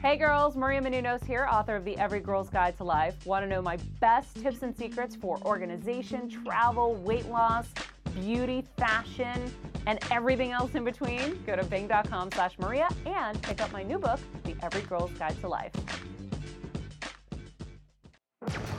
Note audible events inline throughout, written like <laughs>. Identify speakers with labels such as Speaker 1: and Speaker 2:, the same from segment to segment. Speaker 1: Hey girls, Maria Menounos here, author of The Every Girl's Guide to Life. Want to know my best tips and secrets for organization, travel, weight loss, beauty, fashion, and everything else in between? Go to bing.com slash Maria and pick up my new book, The Every Girl's Guide to Life.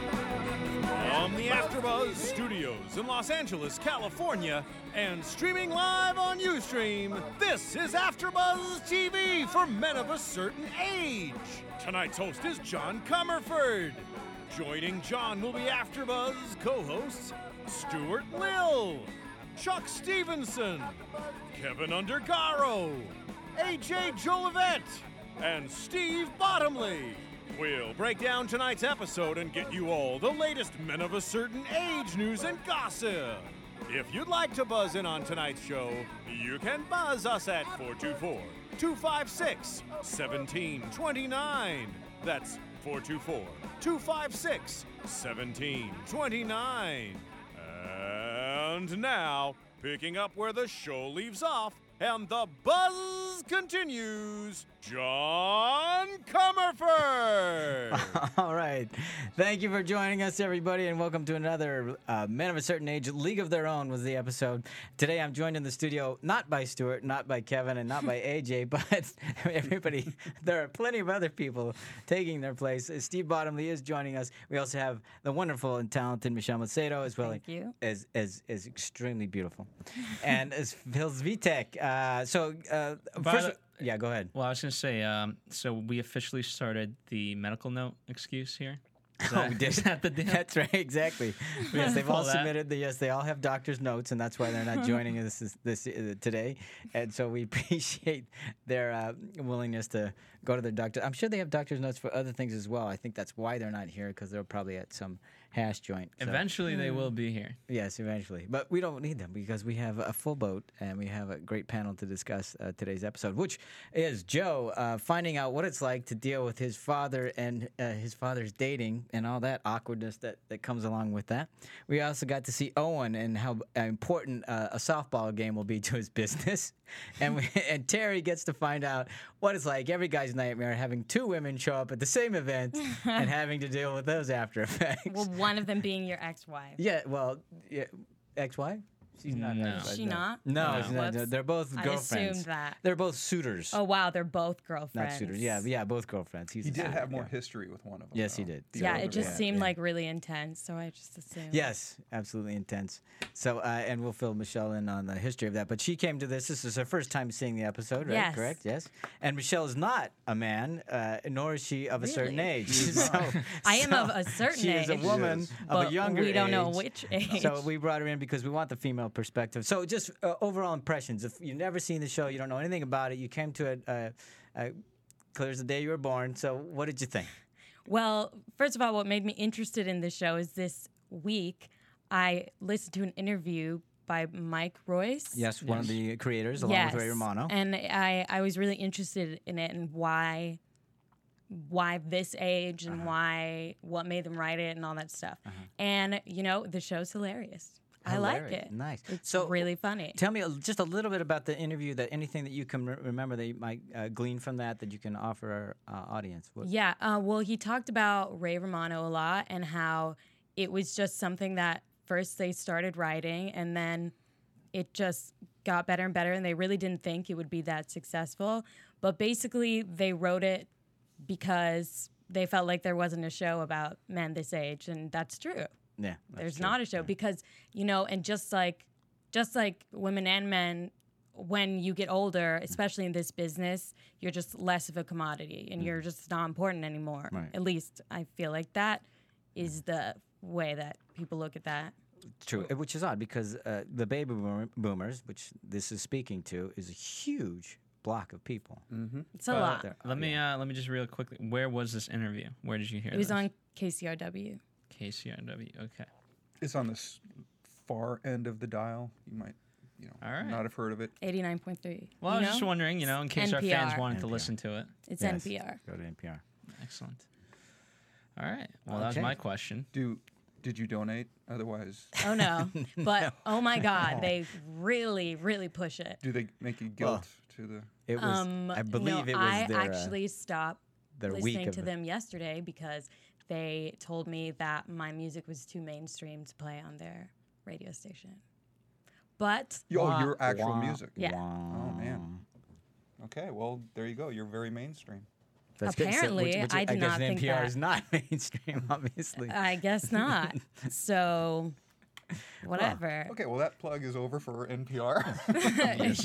Speaker 2: From the AfterBuzz Studios in Los Angeles, California, and streaming live on UStream, this is AfterBuzz TV for men of a certain age. Tonight's host is John Comerford. Joining John will be AfterBuzz co-hosts Stuart Lill, Chuck Stevenson, Kevin Undergaro, AJ Jolivet, and Steve Bottomley. We'll break down tonight's episode and get you all the latest men of a certain age news and gossip. If you'd like to buzz in on tonight's show, you can buzz us at 424 256 1729. That's 424 256 1729. And now, picking up where the show leaves off and the buzz continues, John <laughs> Comerford!
Speaker 3: <laughs> All right. Thank you for joining us, everybody, and welcome to another uh, Men of a Certain Age League of Their Own was the episode. Today I'm joined in the studio not by Stuart, not by Kevin, and not
Speaker 4: <laughs>
Speaker 3: by AJ, but <laughs> everybody, <laughs> there are plenty of other people taking their place. Uh, Steve Bottomley is joining us. We also have the wonderful and talented Michelle Macedo as well.
Speaker 4: Thank you.
Speaker 3: As, as, as extremely beautiful. and as Phil Zvitek. Uh, so, uh, first,
Speaker 5: Violet-
Speaker 3: yeah, go ahead.
Speaker 5: Well, I was going to say, um, so we officially started the medical note excuse here. Is
Speaker 3: <laughs>
Speaker 5: that-
Speaker 3: Oh, we did.
Speaker 5: <laughs> is that the deal?
Speaker 3: That's right,
Speaker 5: <laughs>
Speaker 3: exactly. Yes, they've all
Speaker 5: All that.
Speaker 3: submitted the yes. They all have doctor's notes, and that's why they're not
Speaker 5: <laughs>
Speaker 3: joining us this, this uh, today. And so we <laughs> appreciate their uh, willingness to go to their doctor. I'm sure they have doctor's notes for other things as well. I think that's why they're not here because they're probably at some hash joint. So,
Speaker 5: Eventually, they
Speaker 4: Hmm.
Speaker 5: will be here.
Speaker 3: yes, eventually. But we don't need them because we have a full boat and we have a great panel to discuss uh, today's episode, which is Joe uh, finding out what it's like to deal with his father and uh, his father's dating and all that awkwardness that, that comes along with that. We also got to see Owen and how important uh, a softball game will be to his business. <laughs> And, we, and Terry gets to find out what it's like every guy's nightmare having two women show up at the same event and having to deal with those after effects.
Speaker 4: Well, one of them being your ex-wife.
Speaker 3: Yeah, well, yeah, ex-wife. She's not.
Speaker 5: No.
Speaker 3: ex-wife,
Speaker 4: She
Speaker 3: no.
Speaker 4: not?
Speaker 3: No,
Speaker 4: No.
Speaker 3: she's not.
Speaker 4: Whoops.
Speaker 3: They're both
Speaker 4: I
Speaker 3: girlfriends.
Speaker 4: assumed that.
Speaker 3: They're both suitors.
Speaker 4: Oh wow, they're both
Speaker 3: not
Speaker 4: girlfriends.
Speaker 3: suitors. Yeah, yeah, both girlfriends. He's
Speaker 6: He
Speaker 3: a
Speaker 6: did
Speaker 3: suitor,
Speaker 6: have more
Speaker 3: yeah.
Speaker 6: history with one of them.
Speaker 3: Yes, he
Speaker 6: though.
Speaker 3: did.
Speaker 6: The
Speaker 4: Yeah,
Speaker 6: older
Speaker 4: it just
Speaker 6: one.
Speaker 4: seemed like really intense, so I just assumed.
Speaker 3: Yes, absolutely intense. So, uh, and we'll fill Michelle in on the history of that. But she came to this. This is her first time seeing the episode, right?
Speaker 4: Yes.
Speaker 3: Correct. Yes. And Michelle is not a man, uh, nor is she of a certain
Speaker 4: Really?
Speaker 3: age. <laughs> So-
Speaker 4: I am
Speaker 3: so
Speaker 4: of a
Speaker 3: <laughs>
Speaker 4: certain
Speaker 3: she is a
Speaker 4: age,
Speaker 3: woman
Speaker 6: Yes.
Speaker 3: of
Speaker 4: but
Speaker 3: a younger.
Speaker 4: we don't know
Speaker 3: age.
Speaker 4: which
Speaker 3: <laughs>
Speaker 4: age.
Speaker 3: So we brought her in because we want the female perspective. So just uh, overall impressions. If you've never seen the show, you don't know anything about it. You came to it. Uh, uh, Clear as the day you were born. So, what did you think?
Speaker 4: Well, first of all, what made me interested in this show is this week I listened to an interview by Mike Royce.
Speaker 3: Yes, one of the creators, along
Speaker 4: yes.
Speaker 3: with Ray Romano.
Speaker 4: And I, I was really interested in it and why why this age and
Speaker 3: Uh-huh.
Speaker 4: why what made them write it and all that stuff. And you know, the show's hilarious. I like
Speaker 3: Hilarious.
Speaker 4: it.
Speaker 3: Nice.
Speaker 4: It's
Speaker 3: So-
Speaker 4: really funny.
Speaker 3: Tell me a- just a little bit about the interview. That anything that you can re- remember that you might uh, glean from that that you can offer our uh, audience. What,
Speaker 4: Yeah. Uh, well, he talked about Ray Romano a lot and how it was just something that first they started writing and then it just got better and better. And they really didn't think it would be that successful. But basically, they wrote it because they felt like there wasn't a show about men this age. And that's true.
Speaker 3: Yeah, that's
Speaker 4: There's
Speaker 3: true.
Speaker 4: not a show because, you know, and just like, just like women and men, when you get
Speaker 3: Mm.
Speaker 4: older, especially in this business, you're just less of a commodity and you're just not important anymore.
Speaker 3: Mm. Right.
Speaker 4: At least I feel like that is the way that people look at that.
Speaker 3: True, uh, which is odd because uh, the baby boomer- boomers, which this is speaking to, is a huge block of people.
Speaker 4: It's a lot.
Speaker 3: They're-
Speaker 5: Let me uh, let me just real quickly. Where was this interview? Where did you hear
Speaker 4: It was
Speaker 5: this?
Speaker 4: on KCRW.
Speaker 5: KCRW. Okay.
Speaker 6: It's on this far end of the dial. You might, you know,
Speaker 5: All right.
Speaker 6: not have heard of it.
Speaker 4: 89.3
Speaker 5: Well, I
Speaker 4: you
Speaker 5: was
Speaker 4: know?
Speaker 5: just wondering, you know, in case our fans
Speaker 4: NPR.
Speaker 5: wanted to listen to it.
Speaker 4: it's
Speaker 3: Yes.
Speaker 4: NPR.
Speaker 3: Go to NPR.
Speaker 5: Excellent. All right. Well, that was
Speaker 3: Okay.
Speaker 5: my question.
Speaker 6: Do did you donate? Otherwise,
Speaker 3: <laughs>
Speaker 4: Oh no. But oh my god, they really really push it.
Speaker 6: do they make you guilt to the?
Speaker 3: It was. I believe
Speaker 4: Um, no,
Speaker 3: it was
Speaker 4: I
Speaker 3: their, uh,
Speaker 4: actually stopped
Speaker 3: their week
Speaker 4: listening
Speaker 3: of
Speaker 4: to
Speaker 3: the-
Speaker 4: them yesterday because they told me that my music was too mainstream to play on their radio station. But
Speaker 6: Oh, your actual music.
Speaker 4: yeah.
Speaker 6: Oh man. Okay, well there you go. You're very mainstream.
Speaker 3: That's good. So-
Speaker 4: Apparently,
Speaker 3: which, which
Speaker 4: I did
Speaker 3: guess
Speaker 4: not
Speaker 3: an
Speaker 4: think
Speaker 3: NPR
Speaker 4: that. Uh,
Speaker 3: is not <laughs> mainstream, obviously.
Speaker 4: I guess
Speaker 3: <laughs>
Speaker 4: not. so whatever.
Speaker 6: Okay, well that plug is over for
Speaker 4: <laughs>
Speaker 6: NPR.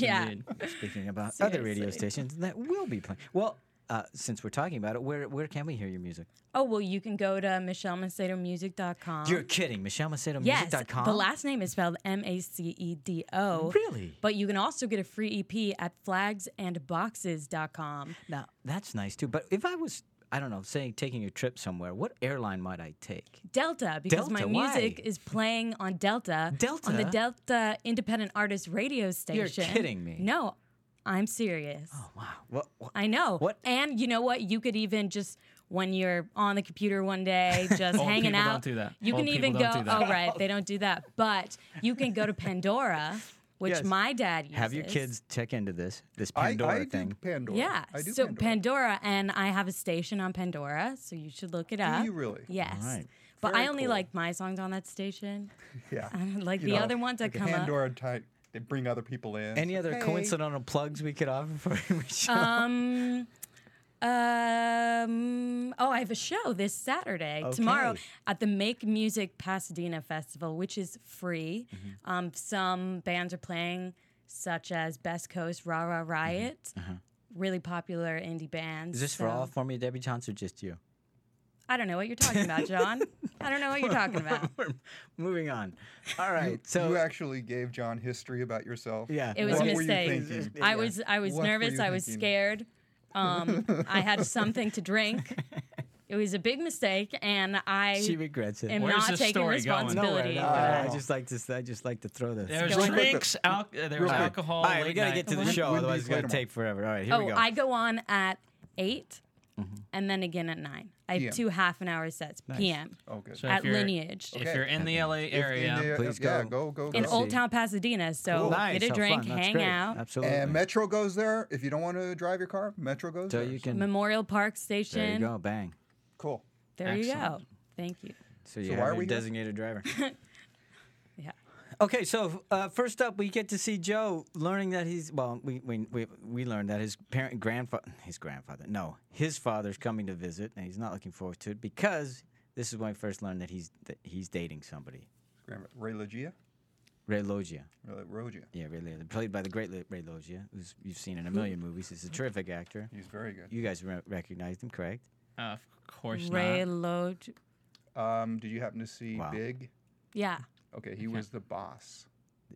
Speaker 4: <laughs> yeah.
Speaker 5: Indeed.
Speaker 3: Speaking about other radio
Speaker 4: Seriously.
Speaker 3: stations that will be playing. Well, uh, since we're talking about it, where where can we hear your music?
Speaker 4: Oh well, you can go to michellemacedomusic.com.
Speaker 3: You're kidding, MichelleMacedoMusic.com.
Speaker 4: Um, Yes, the last name is spelled M A C E D O.
Speaker 3: Really?
Speaker 4: But you can also get a free EP at flagsandboxes.com.
Speaker 3: Now that's nice too. But if I was, I don't know, saying taking a trip somewhere, what airline might I take?
Speaker 4: Delta, because my
Speaker 3: Delta,
Speaker 4: music
Speaker 3: why?
Speaker 4: is playing on Delta, on the
Speaker 3: Delta?
Speaker 4: Delta Independent Artist Radio Station.
Speaker 3: kidding me.
Speaker 4: No, I'm serious.
Speaker 3: Oh wow, what, what-
Speaker 4: I know.
Speaker 3: What?
Speaker 4: And you know what? You could even just when you're on the computer one day, just
Speaker 5: Old
Speaker 4: hanging
Speaker 5: people don't
Speaker 4: out.
Speaker 5: do that.
Speaker 4: You
Speaker 5: Old
Speaker 4: can
Speaker 5: people
Speaker 4: even go.
Speaker 5: don't do that.
Speaker 4: Oh, right, they don't do that. But you can go to Pandora, which
Speaker 3: Yes.
Speaker 4: my dad uses.
Speaker 3: Have your kids check into this this
Speaker 6: I,
Speaker 3: Pandora
Speaker 6: I
Speaker 3: thing.
Speaker 6: do Pandora.
Speaker 4: Yeah.
Speaker 6: I do
Speaker 4: so
Speaker 6: Pandora.
Speaker 4: Pandora. and I have a station on Pandora, so you should look it up.
Speaker 6: you really?
Speaker 4: Yes.
Speaker 3: Alright.
Speaker 4: But
Speaker 6: Very
Speaker 4: I only
Speaker 6: cool.
Speaker 4: like my songs on that station.
Speaker 6: Yeah.
Speaker 4: I don't <laughs> like
Speaker 6: You
Speaker 4: the
Speaker 6: know,
Speaker 4: other ones that
Speaker 6: the
Speaker 4: come up.
Speaker 6: Pandora type. They bring other people in.
Speaker 3: Any other
Speaker 6: Hey.
Speaker 3: coincidental plugs we could offer for <laughs> your show?
Speaker 4: Um, um, oh, I have a show this Saturday, tomorrow
Speaker 3: Okay.
Speaker 4: at the Make Music Pasadena Festival, which is free.
Speaker 3: Mm-hmm.
Speaker 4: Um, some bands are playing, such as Best Coast, Ra Ra Riot, really popular indie bands.
Speaker 3: Mm-hmm. Uh-huh. Is this for
Speaker 4: so-
Speaker 3: all former debutantes or just you?
Speaker 4: I don't know what you're talking
Speaker 3: <laughs>
Speaker 4: about, John. I don't know what you're talking about.
Speaker 3: Moving on. All right. So
Speaker 6: you actually gave John history about yourself.
Speaker 3: Yeah.
Speaker 4: It was
Speaker 6: what
Speaker 4: a
Speaker 6: Were you
Speaker 4: mistake.
Speaker 6: thinking?
Speaker 4: I was I was
Speaker 6: What were
Speaker 4: nervous.
Speaker 6: you
Speaker 4: I was
Speaker 6: thinking?
Speaker 4: scared. Um,
Speaker 3: <laughs>
Speaker 4: I had something to drink. It was a big mistake, and I
Speaker 3: she regrets it.
Speaker 4: am
Speaker 5: Where's
Speaker 4: not
Speaker 5: this
Speaker 4: taking
Speaker 5: story going?
Speaker 3: No,
Speaker 4: responsibility.
Speaker 3: I,
Speaker 4: for that.
Speaker 3: I just like to. I just like to throw this.
Speaker 5: There was
Speaker 4: Going-
Speaker 5: drinks, al- uh, there was
Speaker 6: quick.
Speaker 5: alcohol.
Speaker 3: All right, we
Speaker 5: late
Speaker 3: gotta
Speaker 5: night.
Speaker 3: get to the
Speaker 6: When-
Speaker 3: show,
Speaker 6: when
Speaker 3: otherwise
Speaker 6: do
Speaker 3: it's
Speaker 6: you play
Speaker 3: gonna take forever. All right, here
Speaker 4: oh,
Speaker 3: we go. Mm-hmm.
Speaker 4: I go on at 8 and then again at nine. I have
Speaker 6: PM.
Speaker 4: two half an hour sets p.m.
Speaker 6: Oh, good.
Speaker 5: So
Speaker 4: at
Speaker 5: if you're-
Speaker 4: Lineage
Speaker 5: If you're in the LA
Speaker 6: In
Speaker 5: area,
Speaker 6: the-
Speaker 3: please
Speaker 6: yeah,
Speaker 3: go.
Speaker 6: go, go, go.
Speaker 4: in Old
Speaker 3: Oh, see.
Speaker 4: Town Pasadena. So
Speaker 3: Nice,
Speaker 4: get a
Speaker 3: have
Speaker 4: drink,
Speaker 3: fun, that's
Speaker 4: hang
Speaker 3: great.
Speaker 4: out.
Speaker 3: Absolutely.
Speaker 6: And Metro goes there. If you don't want to drive your car, Metro goes
Speaker 3: so
Speaker 6: there.
Speaker 3: you can.
Speaker 4: Memorial Park
Speaker 3: There you
Speaker 4: Station.
Speaker 3: go. Bang.
Speaker 6: Cool.
Speaker 4: There you go.
Speaker 5: Excellent.
Speaker 4: Thank you.
Speaker 3: So you
Speaker 6: why
Speaker 3: have
Speaker 6: are
Speaker 3: your
Speaker 6: we here?
Speaker 3: designated driver.
Speaker 4: Yeah.
Speaker 3: okay, so uh, first up, we get to see Joe learning that he's well. We we we, we learned that his parent grandfather, his grandfather, no, his father's coming to visit, and he's not looking forward to it because this is when we first learned that he's that he's dating somebody,
Speaker 6: Grandma- Ray Logia?
Speaker 3: Ray Loggia.
Speaker 6: Ray Logia.
Speaker 3: Yeah, Ray Loggia, played by the great Lo- Ray Loggia, who's you've seen in a million movies. He's a terrific actor.
Speaker 6: He's very good.
Speaker 3: You guys re- recognized him, correct?
Speaker 5: uh, of course
Speaker 4: Ray
Speaker 5: not.
Speaker 4: Loj-
Speaker 6: Um, did you happen to see
Speaker 3: Wow.
Speaker 6: Big?
Speaker 4: Yeah.
Speaker 6: Okay, he was the boss.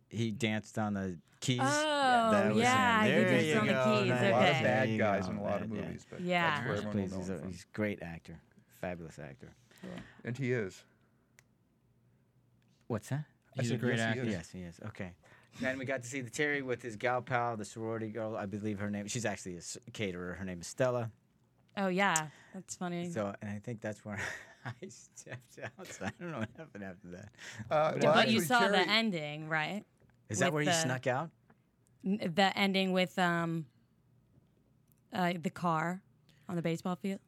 Speaker 3: He danced on the keys.
Speaker 4: Oh,
Speaker 3: That was him.
Speaker 4: yeah, he
Speaker 3: There
Speaker 4: danced
Speaker 3: you
Speaker 4: on the
Speaker 3: go.
Speaker 4: keys,
Speaker 3: Nice.
Speaker 6: A lot of
Speaker 4: okay.
Speaker 3: There
Speaker 6: bad
Speaker 3: you
Speaker 6: guys
Speaker 3: go.
Speaker 6: in a lot of
Speaker 3: Right, yeah.
Speaker 6: movies, but
Speaker 4: Yeah.
Speaker 6: that's where
Speaker 5: Yes,
Speaker 6: everyone will
Speaker 3: Please,
Speaker 6: know
Speaker 3: he's
Speaker 6: him
Speaker 3: a,
Speaker 6: from.
Speaker 3: he's a great actor, fabulous actor.
Speaker 6: And he is.
Speaker 3: What's that?
Speaker 6: I
Speaker 5: He's a
Speaker 6: said,
Speaker 5: great
Speaker 6: yes, he
Speaker 5: actor.
Speaker 6: is.
Speaker 3: Yes, he is. Okay. And we got to see the Terry with his gal pal, the sorority girl. I believe her name. She's actually a s- caterer. Her name is Stella.
Speaker 4: Oh yeah, that's funny.
Speaker 3: So, and I think that's where <laughs> I stepped out. So I don't know what happened after that.
Speaker 6: Uh, well,
Speaker 4: but you
Speaker 6: actually,
Speaker 4: saw
Speaker 6: Terry-
Speaker 4: the ending, right?
Speaker 3: Is that
Speaker 4: With
Speaker 3: where he
Speaker 4: the-
Speaker 3: snuck out?
Speaker 4: N- The ending with um, uh, the car on the baseball field.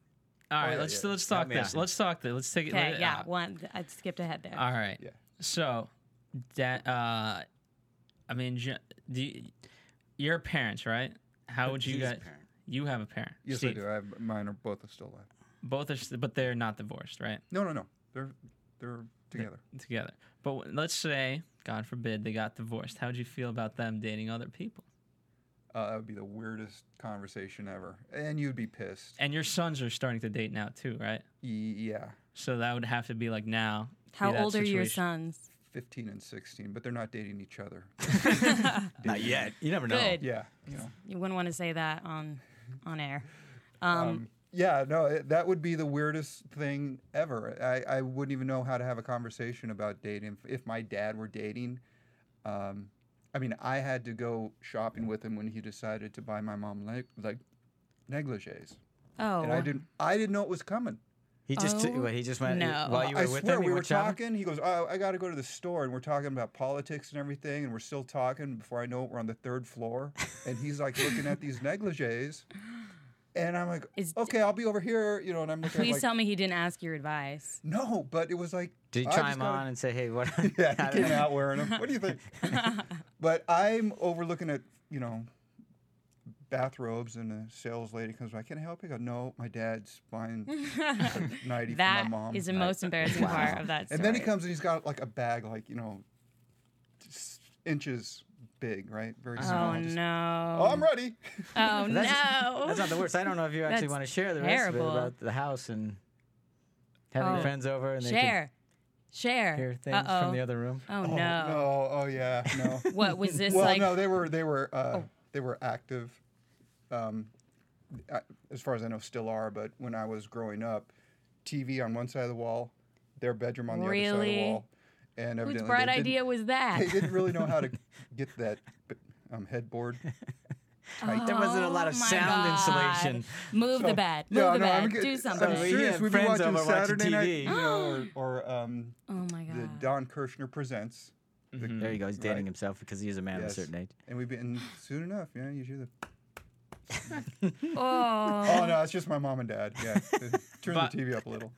Speaker 5: All right,
Speaker 3: Oh,
Speaker 6: yeah,
Speaker 5: let's
Speaker 6: yeah.
Speaker 5: let's talk
Speaker 3: me out.
Speaker 5: this. Let's talk this. Let's take it.
Speaker 4: Okay,
Speaker 5: let-
Speaker 4: yeah,
Speaker 5: uh,
Speaker 4: one. I skipped ahead there.
Speaker 5: All right.
Speaker 6: Yeah.
Speaker 5: So, that uh, I mean, Ju- do you, your parents, right? How would you
Speaker 3: He's a
Speaker 5: guys?
Speaker 3: parent.
Speaker 5: You have a parent.
Speaker 6: Yes, I
Speaker 5: Steve.
Speaker 6: do. I have, mine are both are still alive.
Speaker 5: Both are, st- but they're not divorced, right?
Speaker 6: No, no, no. They're they're together.
Speaker 5: Together. But w- let's say, God forbid, they got divorced. How would you feel about them dating other people?
Speaker 6: Uh, that would be the weirdest conversation ever, and you'd be pissed.
Speaker 5: And your sons are starting to date now too, right?
Speaker 6: Y- yeah,
Speaker 5: So that would have to be like now. be
Speaker 4: How
Speaker 5: that
Speaker 4: old are your
Speaker 5: situation.
Speaker 4: sons?
Speaker 6: fifteen and sixteen, but they're not dating each other.
Speaker 3: Not yet. You never know.
Speaker 4: Good.
Speaker 6: yeah, you know.
Speaker 4: You wouldn't want to say that on on air. Um,
Speaker 6: yeah, no, it, that would be the weirdest thing ever. I, I wouldn't even know how to have a conversation about dating if, if my dad were dating. Um, I mean, I had to go shopping with him when he decided to buy my mom like like negligees,
Speaker 4: Oh,
Speaker 6: and I didn't I didn't know it was coming.
Speaker 3: He just t-
Speaker 4: Oh,
Speaker 3: well, he just went
Speaker 4: no.
Speaker 3: while you were
Speaker 6: I
Speaker 3: with
Speaker 6: swear
Speaker 3: him.
Speaker 6: we
Speaker 3: you
Speaker 6: were
Speaker 3: shopping?
Speaker 6: talking. He goes, "Oh, I got to go to the store," and we're talking about politics and everything, and we're still talking. Before I know it, we're on the third floor, and he's like looking at these negligees, and I'm like,
Speaker 4: Is-
Speaker 6: "Okay, I'll be over here," you know, and I'm looking.
Speaker 4: please
Speaker 6: at like,
Speaker 4: tell me he didn't ask your advice.
Speaker 6: No, but it was like,
Speaker 3: Did
Speaker 6: I
Speaker 3: you try
Speaker 6: just
Speaker 3: him
Speaker 6: gotta-
Speaker 3: on and say, "Hey, what?"
Speaker 6: <laughs>
Speaker 3: <laughs>
Speaker 6: Yeah,
Speaker 3: how
Speaker 6: he
Speaker 3: did
Speaker 6: came
Speaker 3: I-
Speaker 6: out wearing them. What do
Speaker 4: <laughs>
Speaker 6: you think? but I'm overlooking at you know bathrobes, and the sales lady comes by. Can I help you? I go, no, my dad's
Speaker 4: <laughs>
Speaker 6: buying a nightie
Speaker 4: That
Speaker 6: for my mom.
Speaker 4: is the
Speaker 6: <laughs>
Speaker 4: most embarrassing part of that story.
Speaker 6: And then he comes and he's got like a bag, like you know, s- inches big, right? Very small.
Speaker 4: Oh
Speaker 6: just,
Speaker 4: no!
Speaker 6: Oh, I'm ready.
Speaker 4: Oh
Speaker 3: That's-
Speaker 6: <laughs>
Speaker 4: no!
Speaker 3: That's not the worst. I don't know if you actually
Speaker 4: That's
Speaker 3: want to share the rest
Speaker 4: terrible.
Speaker 3: of it about the house and having
Speaker 4: Oh.
Speaker 3: friends over and they can
Speaker 4: Share, share.
Speaker 3: hear things
Speaker 4: Uh-oh.
Speaker 3: from the other room.
Speaker 4: Oh,
Speaker 6: Oh,
Speaker 4: <laughs> no.
Speaker 6: no. Oh yeah. No.
Speaker 4: <laughs> What
Speaker 6: <laughs>
Speaker 4: was this
Speaker 6: well,
Speaker 4: like? Oh.
Speaker 6: no, they were they were uh, they were active. Um, I, as far as I know, still are. But when I was growing up, TV on one side of the wall, their bedroom on the other side of the
Speaker 4: Really?
Speaker 6: wall, and
Speaker 4: Whose
Speaker 6: evidently
Speaker 4: bright
Speaker 6: they didn't-
Speaker 4: idea was that?
Speaker 6: <laughs> They didn't really know how to get that um, headboard. tight.
Speaker 3: There wasn't a lot of
Speaker 4: Oh, my
Speaker 3: sound
Speaker 4: God.
Speaker 3: <laughs> insulation.
Speaker 4: Move the bed. Move
Speaker 6: No,
Speaker 4: the
Speaker 6: no,
Speaker 4: bed.
Speaker 6: I'm get-
Speaker 4: Do
Speaker 6: I'm
Speaker 4: something.
Speaker 3: we
Speaker 6: serious.
Speaker 3: have
Speaker 6: We've been
Speaker 3: friends
Speaker 6: watching
Speaker 3: over watching
Speaker 6: Saturday Night,
Speaker 3: TV.
Speaker 6: you know, <gasps>
Speaker 4: <gasps>
Speaker 6: or, or um,
Speaker 4: oh my
Speaker 6: the
Speaker 4: god.
Speaker 6: Don Kirshner presents. The-
Speaker 3: There you go. He's dating
Speaker 6: Right.
Speaker 3: himself because he is a man
Speaker 6: Yes.
Speaker 3: of a certain age.
Speaker 6: And we've been soon enough. Yeah, you hear the.
Speaker 4: Oh,
Speaker 6: Oh no, it's just my mom and dad.
Speaker 4: <laughs>
Speaker 6: Yeah, turn
Speaker 5: But-
Speaker 6: the TV up a little.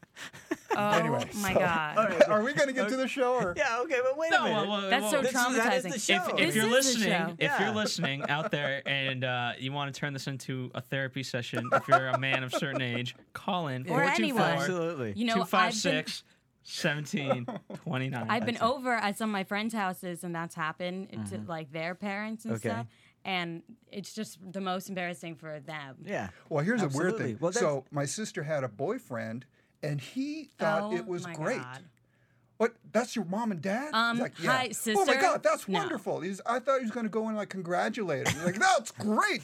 Speaker 4: oh
Speaker 6: anyway,
Speaker 4: my
Speaker 6: so-
Speaker 4: god.
Speaker 6: Are we gonna get to the show? Or?
Speaker 3: Yeah. Okay. But wait
Speaker 5: No, well, well,
Speaker 4: That's
Speaker 5: well,
Speaker 4: so
Speaker 3: This is- that is the
Speaker 4: traumatizing.
Speaker 3: show.
Speaker 5: if, if
Speaker 3: This
Speaker 5: you're
Speaker 4: is the
Speaker 5: listening,
Speaker 4: show.
Speaker 5: if
Speaker 3: Yeah.
Speaker 5: you're listening out there,
Speaker 3: <laughs>
Speaker 5: and uh, you want to turn this into a therapy session, if you're a man of certain age, call in
Speaker 4: Or anyone.
Speaker 3: Absolutely.
Speaker 4: you know, I've been
Speaker 5: 256 17 29.
Speaker 4: I've been over at some of my friends' houses, and that's happened to like their parents and
Speaker 3: Mm-hmm. Okay.
Speaker 4: stuff. And it's just the most embarrassing for them.
Speaker 3: Yeah.
Speaker 6: Well, here's a
Speaker 3: Absolutely.
Speaker 6: weird thing.
Speaker 3: Well, that's-
Speaker 6: so my sister had a boyfriend, and he thought
Speaker 4: Oh
Speaker 6: it was
Speaker 4: my
Speaker 6: great.
Speaker 4: God.
Speaker 6: What? That's your mom and dad? He's
Speaker 4: Um,
Speaker 6: like, yeah.
Speaker 4: hi,
Speaker 6: Oh my
Speaker 4: sister.
Speaker 6: God, that's
Speaker 4: No.
Speaker 6: wonderful. He's, I thought he was going to go and like congratulate him. He's like, that's great,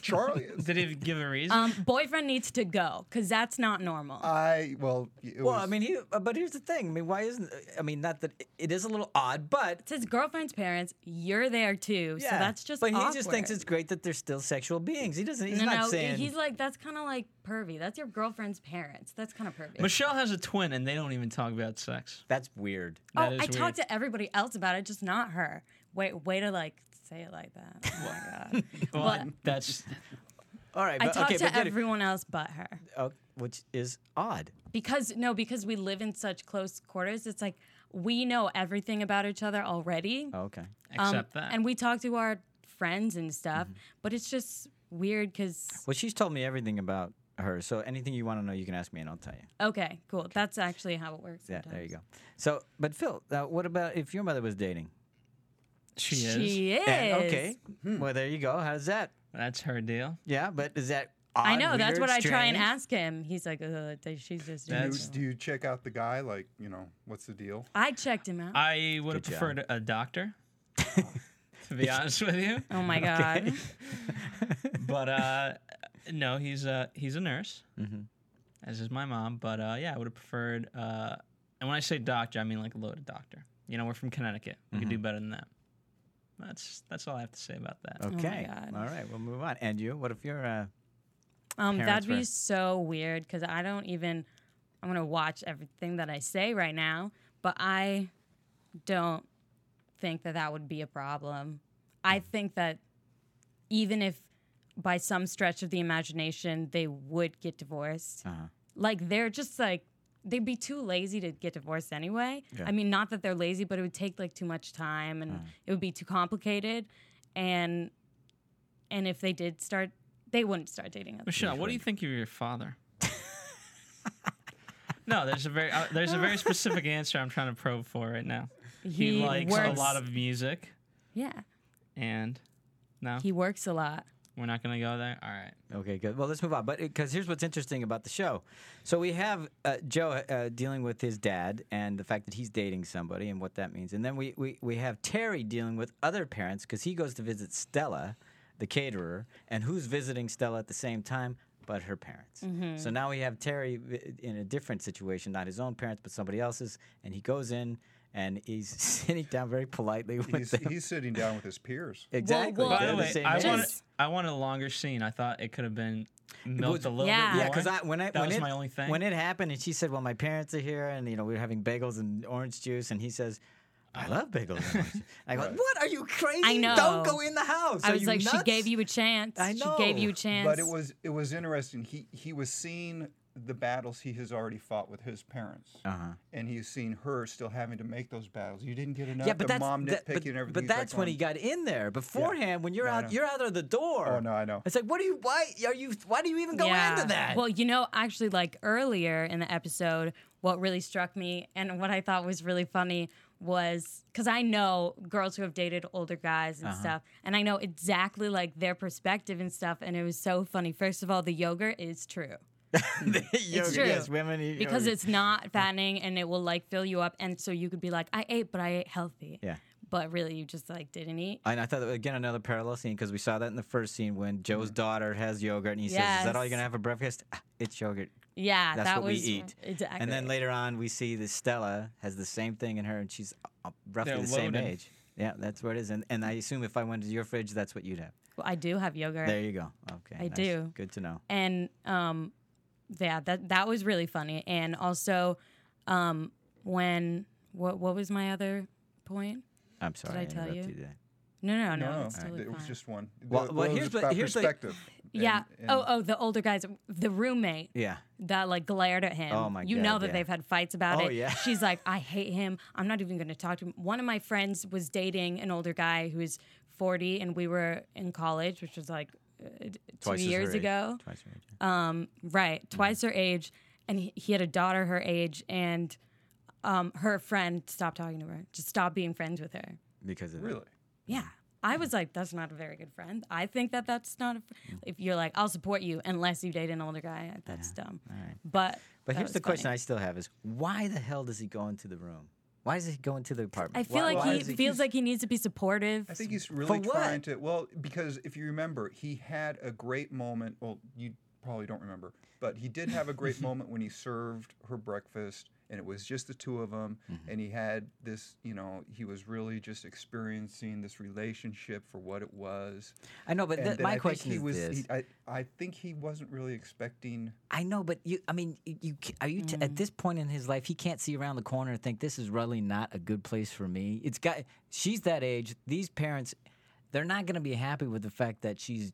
Speaker 3: <laughs>
Speaker 6: Charlie. It's-
Speaker 5: Did he give a reason?
Speaker 4: Um, boyfriend needs to go because that's not normal.
Speaker 3: Uh,
Speaker 6: I well, it
Speaker 3: Well,
Speaker 6: was,
Speaker 3: I mean, he. uh, But here's the thing. I mean, why isn't? I mean, not that it is a little odd, but
Speaker 4: it's his girlfriend's parents. You're there too, so that's just.
Speaker 3: But he
Speaker 4: awkward.
Speaker 3: just thinks it's great that they're still sexual beings. He doesn't. He's
Speaker 4: no,
Speaker 3: not
Speaker 4: no,
Speaker 3: saying.
Speaker 4: he's like that's kind of like pervy. That's your girlfriend's parents. That's kind of pervy.
Speaker 5: Michelle has a twin, and they don't even talk about sex.
Speaker 3: That's weird.
Speaker 4: oh,
Speaker 5: That is
Speaker 4: I
Speaker 5: weird.
Speaker 4: talked to everybody else about it, just not her. Wait, way to like say it like that. Oh my god.
Speaker 3: <laughs>
Speaker 5: Well,
Speaker 4: Well, um,
Speaker 5: that's
Speaker 3: All right.
Speaker 4: I
Speaker 3: But,
Speaker 4: talked
Speaker 3: okay,
Speaker 4: to
Speaker 3: but did it-
Speaker 4: everyone else but her
Speaker 3: oh, which is odd.
Speaker 4: because no, because we live in such close quarters. It's like we know everything about each other already.
Speaker 3: Oh, okay.
Speaker 4: Um,
Speaker 5: except that.
Speaker 4: And we talk to our friends and stuff,
Speaker 3: Mm-hmm.
Speaker 4: but it's just weird because
Speaker 3: Well, she's told me everything about her. So anything you want to know, you can ask me, and I'll tell you.
Speaker 4: okay, cool. That's actually how it works.
Speaker 3: Yeah.
Speaker 4: Sometimes.
Speaker 3: There you go. So, but Phil, uh, what about if your mother was dating?
Speaker 5: she is.
Speaker 4: She is.
Speaker 3: And- okay.
Speaker 4: Hmm.
Speaker 3: Well, there you go. How's that?
Speaker 5: That's her deal.
Speaker 3: Yeah. But is that? Odd,
Speaker 4: I know. That's
Speaker 3: weird,
Speaker 4: what I try and
Speaker 3: strange?
Speaker 4: ask him. He's like, Ugh, th- she's just.
Speaker 6: do, you,
Speaker 5: That's-
Speaker 6: do you check out the guy? Like, you know, what's the deal?
Speaker 4: I checked him out.
Speaker 5: I would have
Speaker 3: Good job.
Speaker 5: preferred a
Speaker 3: <laughs>
Speaker 5: doctor, to be honest with you.
Speaker 4: oh my god.
Speaker 3: <laughs>
Speaker 5: But uh, no, he's a he's a nurse, as is my mom. But uh, yeah, I would have preferred. Uh, and when I say doctor, I mean like a loaded doctor. You know, we're from Connecticut. We could do better than that. That's that's all I have to say about that.
Speaker 4: Oh my
Speaker 3: Okay.
Speaker 4: God.
Speaker 3: All right. We'll move on. And you? What if you're? Uh,
Speaker 4: Um,
Speaker 3: parents
Speaker 4: that'd be
Speaker 3: were-
Speaker 4: so weird because I don't even. I'm gonna watch everything that I say right now, but I don't think that that would be a problem. I think that even if by some stretch of the imagination they would get divorced,
Speaker 3: Uh-huh.
Speaker 4: like they're just like they'd be too lazy to get divorced anyway. I mean, not that they're lazy, but it would take like too much time
Speaker 3: Uh-huh.
Speaker 4: and it would be too complicated. And and if they did start, they wouldn't start dating. other
Speaker 5: Michelle, what do you think of your father? <laughs> no, there's a very uh, there's a very specific answer I'm trying to probe for right now. He, likes a
Speaker 4: works-
Speaker 5: lot of music
Speaker 4: Yeah,
Speaker 5: and no,
Speaker 4: he works a lot.
Speaker 5: we're not gonna go there. All right.
Speaker 3: Okay, good. Well, let's move on. But because here's what's interesting about the show. So we have uh, Joe uh, dealing with his dad and the fact that he's dating somebody and what that means. And then we, we, we have Terry dealing with other parents because he goes to visit Stella, the caterer. And who's visiting Stella at the same time? but her parents. So now we have Terry v- in a different situation, not his own parents, but somebody else's, and he goes in and he's <laughs> sitting down very politely <laughs> with
Speaker 6: He's,
Speaker 3: them.
Speaker 6: he's sitting down with his peers.
Speaker 3: exactly.
Speaker 4: well,
Speaker 5: By
Speaker 3: they're
Speaker 5: the
Speaker 4: They're
Speaker 5: way,
Speaker 3: same
Speaker 5: I
Speaker 3: age.
Speaker 5: wanted,
Speaker 4: Just-
Speaker 5: I wanted a longer scene. I thought it could have been milked
Speaker 3: was-
Speaker 5: a little
Speaker 4: Yeah.
Speaker 5: bit more.
Speaker 3: Yeah, because I when I
Speaker 5: that
Speaker 3: when
Speaker 5: was
Speaker 3: it,
Speaker 5: my only thing.
Speaker 3: when it happened and she said, "Well, my parents are here, and you know we were having bagels and orange juice," and he says. I love bagels. and orange juice." I go, what? Are you crazy?
Speaker 4: I know.
Speaker 3: Don't go in the house.
Speaker 4: I
Speaker 3: Are
Speaker 4: was
Speaker 3: you
Speaker 4: like, she
Speaker 3: nuts?"
Speaker 4: gave you a chance.
Speaker 3: I
Speaker 4: She gave
Speaker 3: know.
Speaker 4: you a chance.
Speaker 6: But it was it was interesting. He he was seeing the battles he has already fought with his parents,
Speaker 3: Uh-huh.
Speaker 6: and he's seen her still having to make those battles. You didn't get enough.
Speaker 3: Yeah, but
Speaker 6: the
Speaker 3: that's
Speaker 6: mom
Speaker 3: that-
Speaker 6: nitpicking
Speaker 3: but,
Speaker 6: and everything.
Speaker 3: but
Speaker 6: He's like "Oh,
Speaker 3: that's when he
Speaker 6: going,
Speaker 3: got in there. Beforehand, when you're
Speaker 6: No, I
Speaker 3: out,
Speaker 6: know.
Speaker 3: you're out of the door.
Speaker 6: Oh, no, I know.
Speaker 3: It's like, what are you? Why are you? Why do you even go into that?
Speaker 4: Well, you know, actually, like earlier in the episode, what really struck me and what I thought was really funny was because I know girls who have dated older guys and
Speaker 3: Uh-huh.
Speaker 4: stuff, and I know exactly like their perspective and stuff, and it was so funny. First of all, the yogurt is true.
Speaker 3: <laughs> The yoga-
Speaker 4: true.
Speaker 3: Yes, women eat
Speaker 4: because
Speaker 3: yoga.
Speaker 4: it's not fattening and it will like fill you up and so you could be like i ate but i ate healthy
Speaker 3: Yeah.
Speaker 4: but really you just like didn't eat
Speaker 3: And I thought that, again another parallel scene because we saw that in the first scene when Joe's
Speaker 6: Mm.
Speaker 3: daughter has yogurt and he says, "Is that all you're
Speaker 4: Yes.
Speaker 3: gonna have for breakfast?" "Ah, It's yogurt.
Speaker 4: yeah
Speaker 3: That's
Speaker 4: that
Speaker 3: what
Speaker 4: was
Speaker 3: we eat.
Speaker 4: exactly
Speaker 3: And then later on, we see that Stella has the same thing in her, and she's uh, roughly
Speaker 5: They're
Speaker 3: the same
Speaker 5: loaded.
Speaker 3: age. Yeah, that's what it is. And, and I assume if I went to your fridge, that's what you'd have.
Speaker 4: Well, i do have yogurt
Speaker 3: There you go. Okay.
Speaker 4: I
Speaker 3: nice.
Speaker 4: do.
Speaker 3: Good to know.
Speaker 4: and um yeah that that was really funny and also um when what what was my other point
Speaker 3: I'm sorry.
Speaker 4: I tell you?
Speaker 3: interrupted that.
Speaker 4: no no no,
Speaker 6: No, no,
Speaker 4: it's totally
Speaker 6: it was
Speaker 4: fine.
Speaker 6: just one. The-
Speaker 3: Well- well,
Speaker 6: it was
Speaker 3: here's what-
Speaker 6: about
Speaker 3: here's like-
Speaker 6: perspective. and-
Speaker 4: yeah
Speaker 6: and-
Speaker 4: oh oh the older guys the roommate
Speaker 3: Yeah.
Speaker 4: that like glared at him.
Speaker 3: Oh, my
Speaker 4: You
Speaker 3: God,
Speaker 4: know that
Speaker 3: yeah.
Speaker 4: they've had fights about
Speaker 3: Oh,
Speaker 4: it.
Speaker 3: yeah.
Speaker 4: She's like, I hate him. I'm not even going to talk to him. One of my friends was dating an older guy who was 40, and we were in college, which was like uh, two
Speaker 3: Twice as her
Speaker 4: years
Speaker 3: age.
Speaker 4: ago.
Speaker 3: Twice her age.
Speaker 4: Right,
Speaker 3: Mm-hmm.
Speaker 4: twice her age, and he, he had a daughter her age, and um, her friend stopped talking to her, just stopped being friends with her.
Speaker 3: Because of that.
Speaker 6: really?
Speaker 4: Yeah. I was like, that's not a very good friend. I think that that's not. A,
Speaker 3: Mm.
Speaker 4: fr- if you're like, I'll support you unless you date an older guy, that's dumb.
Speaker 3: right.
Speaker 4: But
Speaker 3: But
Speaker 4: that
Speaker 3: here's
Speaker 4: was
Speaker 3: the question
Speaker 4: funny.
Speaker 3: I still have is why the hell does he go into the room? Why does he go into the apartment?
Speaker 4: I feel
Speaker 3: Why-
Speaker 4: like
Speaker 3: why
Speaker 4: he
Speaker 3: is
Speaker 4: feels like he needs to be supportive.
Speaker 6: I think he's really
Speaker 3: what?
Speaker 6: trying to. Well, because if you remember, he had a great moment. Well, you probably don't remember, but he did have
Speaker 3: <laughs>
Speaker 6: a great moment when he served her breakfast, and it was just the two of them.
Speaker 3: Mm-hmm.
Speaker 6: And he had this, you know, he was really just experiencing this relationship for what it was.
Speaker 3: I know, but
Speaker 6: And
Speaker 3: th-
Speaker 6: then
Speaker 3: my
Speaker 6: I think
Speaker 3: question
Speaker 6: he
Speaker 3: is
Speaker 6: was,
Speaker 3: this.
Speaker 6: He, I, I think he wasn't really expecting.
Speaker 3: I know, but you. I mean, you- you ca- are you t-
Speaker 4: Mm.
Speaker 3: at this point in his life? He can't see around the corner and think this is really not a good place for me. It's got. She's that age. These parents, they're not going to be happy with the fact that she's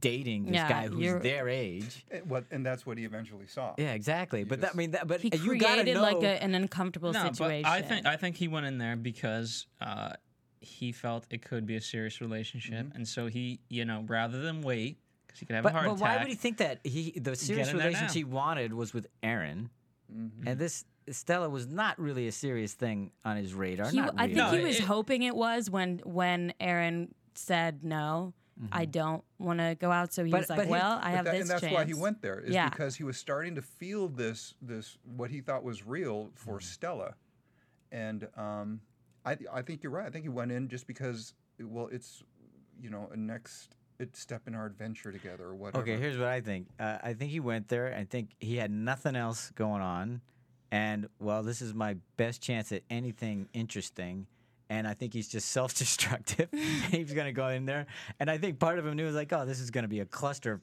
Speaker 3: dating this
Speaker 4: Yeah,
Speaker 3: guy who's
Speaker 4: you're-
Speaker 3: their age.
Speaker 6: eh, What, and that's what he eventually saw.
Speaker 3: Yeah, exactly. But that, I
Speaker 6: just-
Speaker 3: mean, that, but
Speaker 4: he
Speaker 3: you got to
Speaker 4: created
Speaker 3: know.
Speaker 4: like a, an uncomfortable
Speaker 5: no,
Speaker 4: situation.
Speaker 5: but I think I think he went in there because uh, he felt it could be a serious relationship,
Speaker 3: Mm-hmm.
Speaker 5: and so he, you know, rather than wait, because he could have
Speaker 3: but
Speaker 5: a heart
Speaker 3: but
Speaker 5: attack.
Speaker 3: why would he think that he the serious
Speaker 5: in there
Speaker 3: relationship
Speaker 5: now.
Speaker 3: he wanted was with Aaron,
Speaker 4: Mm-hmm.
Speaker 3: and this Stella was not really a serious thing on his radar.
Speaker 4: He-
Speaker 3: not
Speaker 4: I think
Speaker 3: really.
Speaker 5: No,
Speaker 4: he was
Speaker 5: it-
Speaker 4: hoping it was when when Aaron said no,
Speaker 3: Mm-hmm.
Speaker 4: I don't want to go out. So he
Speaker 3: But-
Speaker 4: was like,
Speaker 3: but he-
Speaker 4: well, I
Speaker 6: But
Speaker 4: have
Speaker 6: that-
Speaker 4: this
Speaker 6: and that's
Speaker 4: chance.
Speaker 6: why he went there is
Speaker 4: Yeah.
Speaker 6: because he was starting to feel this this what he thought was real for
Speaker 3: Mm-hmm.
Speaker 6: Stella, and um, I I think you're right. I think he went in just because well, it's you know a next it- step in our adventure together or whatever.
Speaker 3: Okay, here's what I think. Uh, I think he went there. I think he had nothing else going on, and well, this is my best chance at anything interesting. And I think he's just <laughs>
Speaker 4: <laughs>
Speaker 3: self-destructive. he's gonna go in there, and I think part of him knew was like, oh, this is gonna be a cluster. of-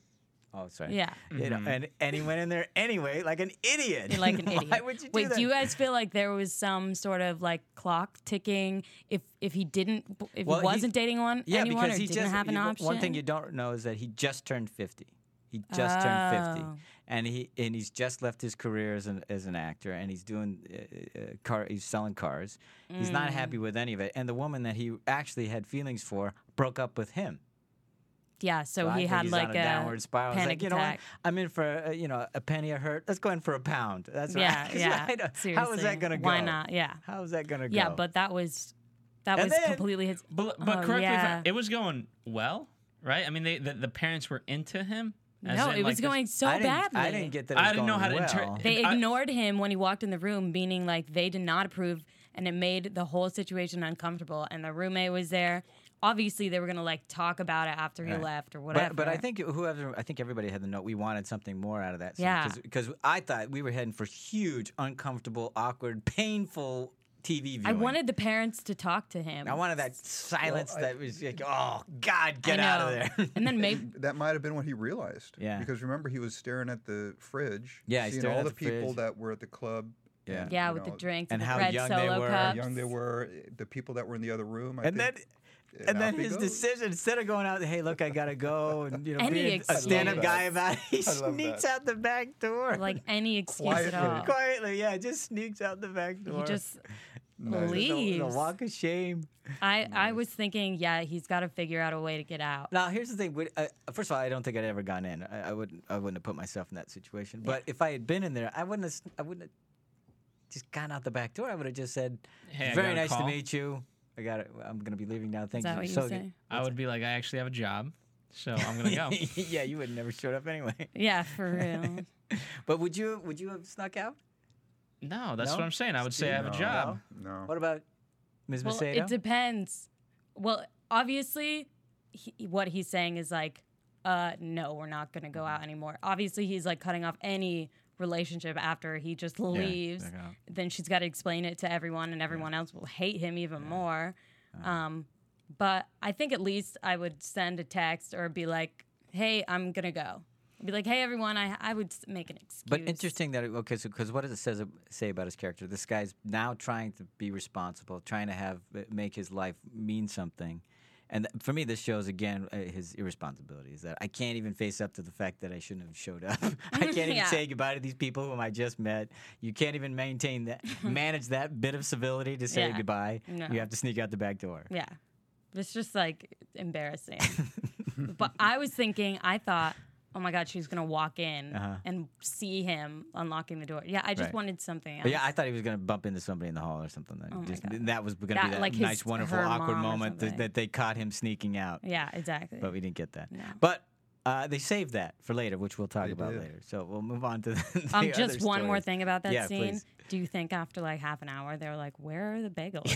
Speaker 3: Oh, sorry.
Speaker 4: Yeah.
Speaker 3: You know, and and he went in there anyway, like an idiot.
Speaker 4: You're like
Speaker 3: <laughs>
Speaker 4: an
Speaker 3: Why
Speaker 4: idiot.
Speaker 3: would you do
Speaker 4: Wait,
Speaker 3: that?
Speaker 4: do you guys feel like there was some sort of like clock ticking if if he didn't if
Speaker 3: Well,
Speaker 4: he
Speaker 3: he-
Speaker 4: wasn't dating one
Speaker 3: yeah,
Speaker 4: anyone
Speaker 3: because
Speaker 4: or
Speaker 3: he
Speaker 4: didn't
Speaker 3: just
Speaker 4: have an
Speaker 3: you-
Speaker 4: option?
Speaker 3: One thing you don't know is that he just turned fifty. He just turned fifty,
Speaker 4: Oh.
Speaker 3: and he and he's just left his career as an as an actor, and he's doing uh, uh, car. He's selling cars. He's not
Speaker 4: Mm.
Speaker 3: happy with any of it, and the woman that he actually had feelings for broke up with him.
Speaker 4: yeah, so
Speaker 3: So I
Speaker 4: he
Speaker 3: think
Speaker 4: had
Speaker 3: he's
Speaker 4: like
Speaker 3: on a, downward spiral. He's
Speaker 4: panic
Speaker 3: like, you know
Speaker 4: attack.
Speaker 3: what? I'm in for uh, you know a penny a hurt. Let's go in for a pound. That's what
Speaker 4: Yeah,
Speaker 3: <laughs> I,
Speaker 4: yeah.
Speaker 3: I don't-
Speaker 4: Seriously.
Speaker 3: How is that gonna go?
Speaker 4: Why not? Yeah.
Speaker 3: How is that gonna go?
Speaker 4: Yeah, but that was that
Speaker 3: And
Speaker 4: was
Speaker 3: then-
Speaker 4: completely his.
Speaker 5: But, but
Speaker 4: Oh,
Speaker 5: correct me if I-
Speaker 4: yeah.
Speaker 5: it was going well, right? I mean, they the, the parents were into him. as
Speaker 4: no,
Speaker 5: in,
Speaker 4: it
Speaker 5: like,
Speaker 4: was
Speaker 5: this-
Speaker 4: going so
Speaker 3: I didn't,
Speaker 4: badly.
Speaker 3: I didn't get that. It
Speaker 5: I
Speaker 3: was
Speaker 5: didn't know
Speaker 3: going
Speaker 5: how to
Speaker 3: well.
Speaker 5: inter-
Speaker 4: They
Speaker 5: I-
Speaker 4: ignored him when he walked in the room, meaning like they did not approve. and it made the whole situation uncomfortable. And the roommate was there. Obviously, they were gonna like talk about it after he
Speaker 3: Right.
Speaker 4: left or whatever.
Speaker 3: But, but I think whoever, I think everybody had the note. We wanted something more out of that.
Speaker 4: Yeah.
Speaker 3: Because I thought we were heading for huge, uncomfortable, awkward, painful TV viewing.
Speaker 4: I wanted the parents to talk to him.
Speaker 3: I wanted that silence
Speaker 6: I-
Speaker 3: that was like, oh God, get
Speaker 4: I
Speaker 3: out of
Speaker 4: know.
Speaker 3: there.
Speaker 4: <laughs> and then maybe
Speaker 6: That might have been what he realized.
Speaker 3: Yeah.
Speaker 6: Because remember, he was staring at the fridge.
Speaker 3: Yeah, he
Speaker 6: seeing
Speaker 3: stared
Speaker 6: all
Speaker 3: at
Speaker 6: the,
Speaker 3: the
Speaker 6: people
Speaker 3: fridge.
Speaker 6: that were at the club.
Speaker 3: Yeah.
Speaker 6: and,
Speaker 4: yeah,
Speaker 6: you
Speaker 4: with the
Speaker 6: know,
Speaker 3: <laughs>
Speaker 4: drinks
Speaker 3: and
Speaker 4: and,
Speaker 3: how
Speaker 4: the red
Speaker 3: young they
Speaker 4: solo
Speaker 3: were.
Speaker 6: How
Speaker 4: cups.
Speaker 6: young they were, the people that were in the other room. I
Speaker 3: and then.
Speaker 6: think,
Speaker 3: And then
Speaker 6: off he
Speaker 3: his
Speaker 6: goes.
Speaker 3: decision, instead of going out, hey, look, I gotta go, and you know,
Speaker 4: Any
Speaker 3: being a
Speaker 4: excuse.
Speaker 3: stand-up
Speaker 6: I love
Speaker 3: guy
Speaker 6: that.
Speaker 3: about it, he
Speaker 6: I love
Speaker 3: sneaks
Speaker 6: that.
Speaker 3: out the back door,
Speaker 4: Like
Speaker 3: <laughs>
Speaker 4: any excuse at
Speaker 6: Quietly.
Speaker 4: all.
Speaker 3: quietly. Yeah, just sneaks out the back door.
Speaker 4: He just
Speaker 6: Nice.
Speaker 3: The-
Speaker 4: leaves.
Speaker 3: the walk of shame.
Speaker 4: I, I was thinking, yeah, he's got to figure out a way to get out.
Speaker 3: Now, here's the thing. Would- Uh, first of all, I don't think I'd ever gone in. I, I wouldn't. I wouldn't have put myself in that situation. But if I had been in there, I wouldn't. Have, s- I wouldn't have just gone out the back door. I would have just said,
Speaker 5: Hey, I got
Speaker 3: "Very
Speaker 5: a
Speaker 3: nice
Speaker 5: call."
Speaker 3: to meet you. I got it. I'm gonna be leaving now. Thank
Speaker 4: Is that
Speaker 3: you."
Speaker 4: what you
Speaker 3: so <laughs>
Speaker 4: say?
Speaker 5: I would be like, I actually have a job, so I'm gonna go.
Speaker 3: yeah, you would have never showed up anyway. <laughs>
Speaker 4: Yeah, for real.
Speaker 3: But would you? Would you have snuck out?
Speaker 5: no, that's
Speaker 3: No?
Speaker 5: what I'm saying. I would say I have a
Speaker 6: No.
Speaker 5: job.
Speaker 6: No.
Speaker 3: What about Ms.
Speaker 4: well,
Speaker 3: Macedo?
Speaker 4: it depends. Well, obviously, he, what he's saying is like, uh, no, we're not going to go out anymore. Obviously, he's like cutting off any relationship after he just leaves.
Speaker 3: like, oh.
Speaker 4: Then she's got to explain it to everyone, and everyone else will hate him even more. Um, but I think at least I would send a text or be like, hey, I'm going to go. Be like, hey, everyone, I, I would s- make an excuse.
Speaker 3: But interesting that it, okay, so because what does it says ab- say about his character? This guy's now trying to be responsible, trying to have uh, make his life mean something, and th- for me, this shows again uh, his irresponsibility. Is that I can't even face up to the fact that I shouldn't have showed up. <laughs> I can't even
Speaker 4: <laughs> Yeah.
Speaker 3: say goodbye to these people whom I just met. You can't even maintain
Speaker 4: <laughs>
Speaker 3: that, manage that bit of civility to say
Speaker 4: Yeah.
Speaker 3: goodbye.
Speaker 4: No.
Speaker 3: You have to sneak out the back door.
Speaker 4: Yeah. It's just like
Speaker 3: <laughs>
Speaker 4: embarrassing. but I was thinking, I thought, oh my God, she's going to walk in and see him unlocking the door. Yeah, I just
Speaker 3: Uh-huh. Right.
Speaker 4: wanted something else.
Speaker 3: But yeah, I thought he was going to bump into somebody in the hall or something. That, just, that was going to be
Speaker 4: Oh That,
Speaker 3: that
Speaker 4: like, his-
Speaker 3: nice, wonderful,
Speaker 4: her
Speaker 3: awkward
Speaker 4: mom or
Speaker 3: moment that,
Speaker 4: something.
Speaker 3: that they caught him sneaking out.
Speaker 4: Yeah, exactly.
Speaker 3: but we didn't get that.
Speaker 4: No.
Speaker 3: <laughs> But uh, they saved that for later, which we'll talk
Speaker 6: They
Speaker 3: about
Speaker 6: did.
Speaker 3: later. So we'll move on to <laughs> the, the
Speaker 4: um, just
Speaker 3: other
Speaker 4: one more
Speaker 3: stories.
Speaker 4: thing about that
Speaker 3: Yeah,
Speaker 4: scene.
Speaker 3: please.
Speaker 4: Do you think after like half an hour they were like, "Where are
Speaker 3: <laughs>
Speaker 4: the bagels?"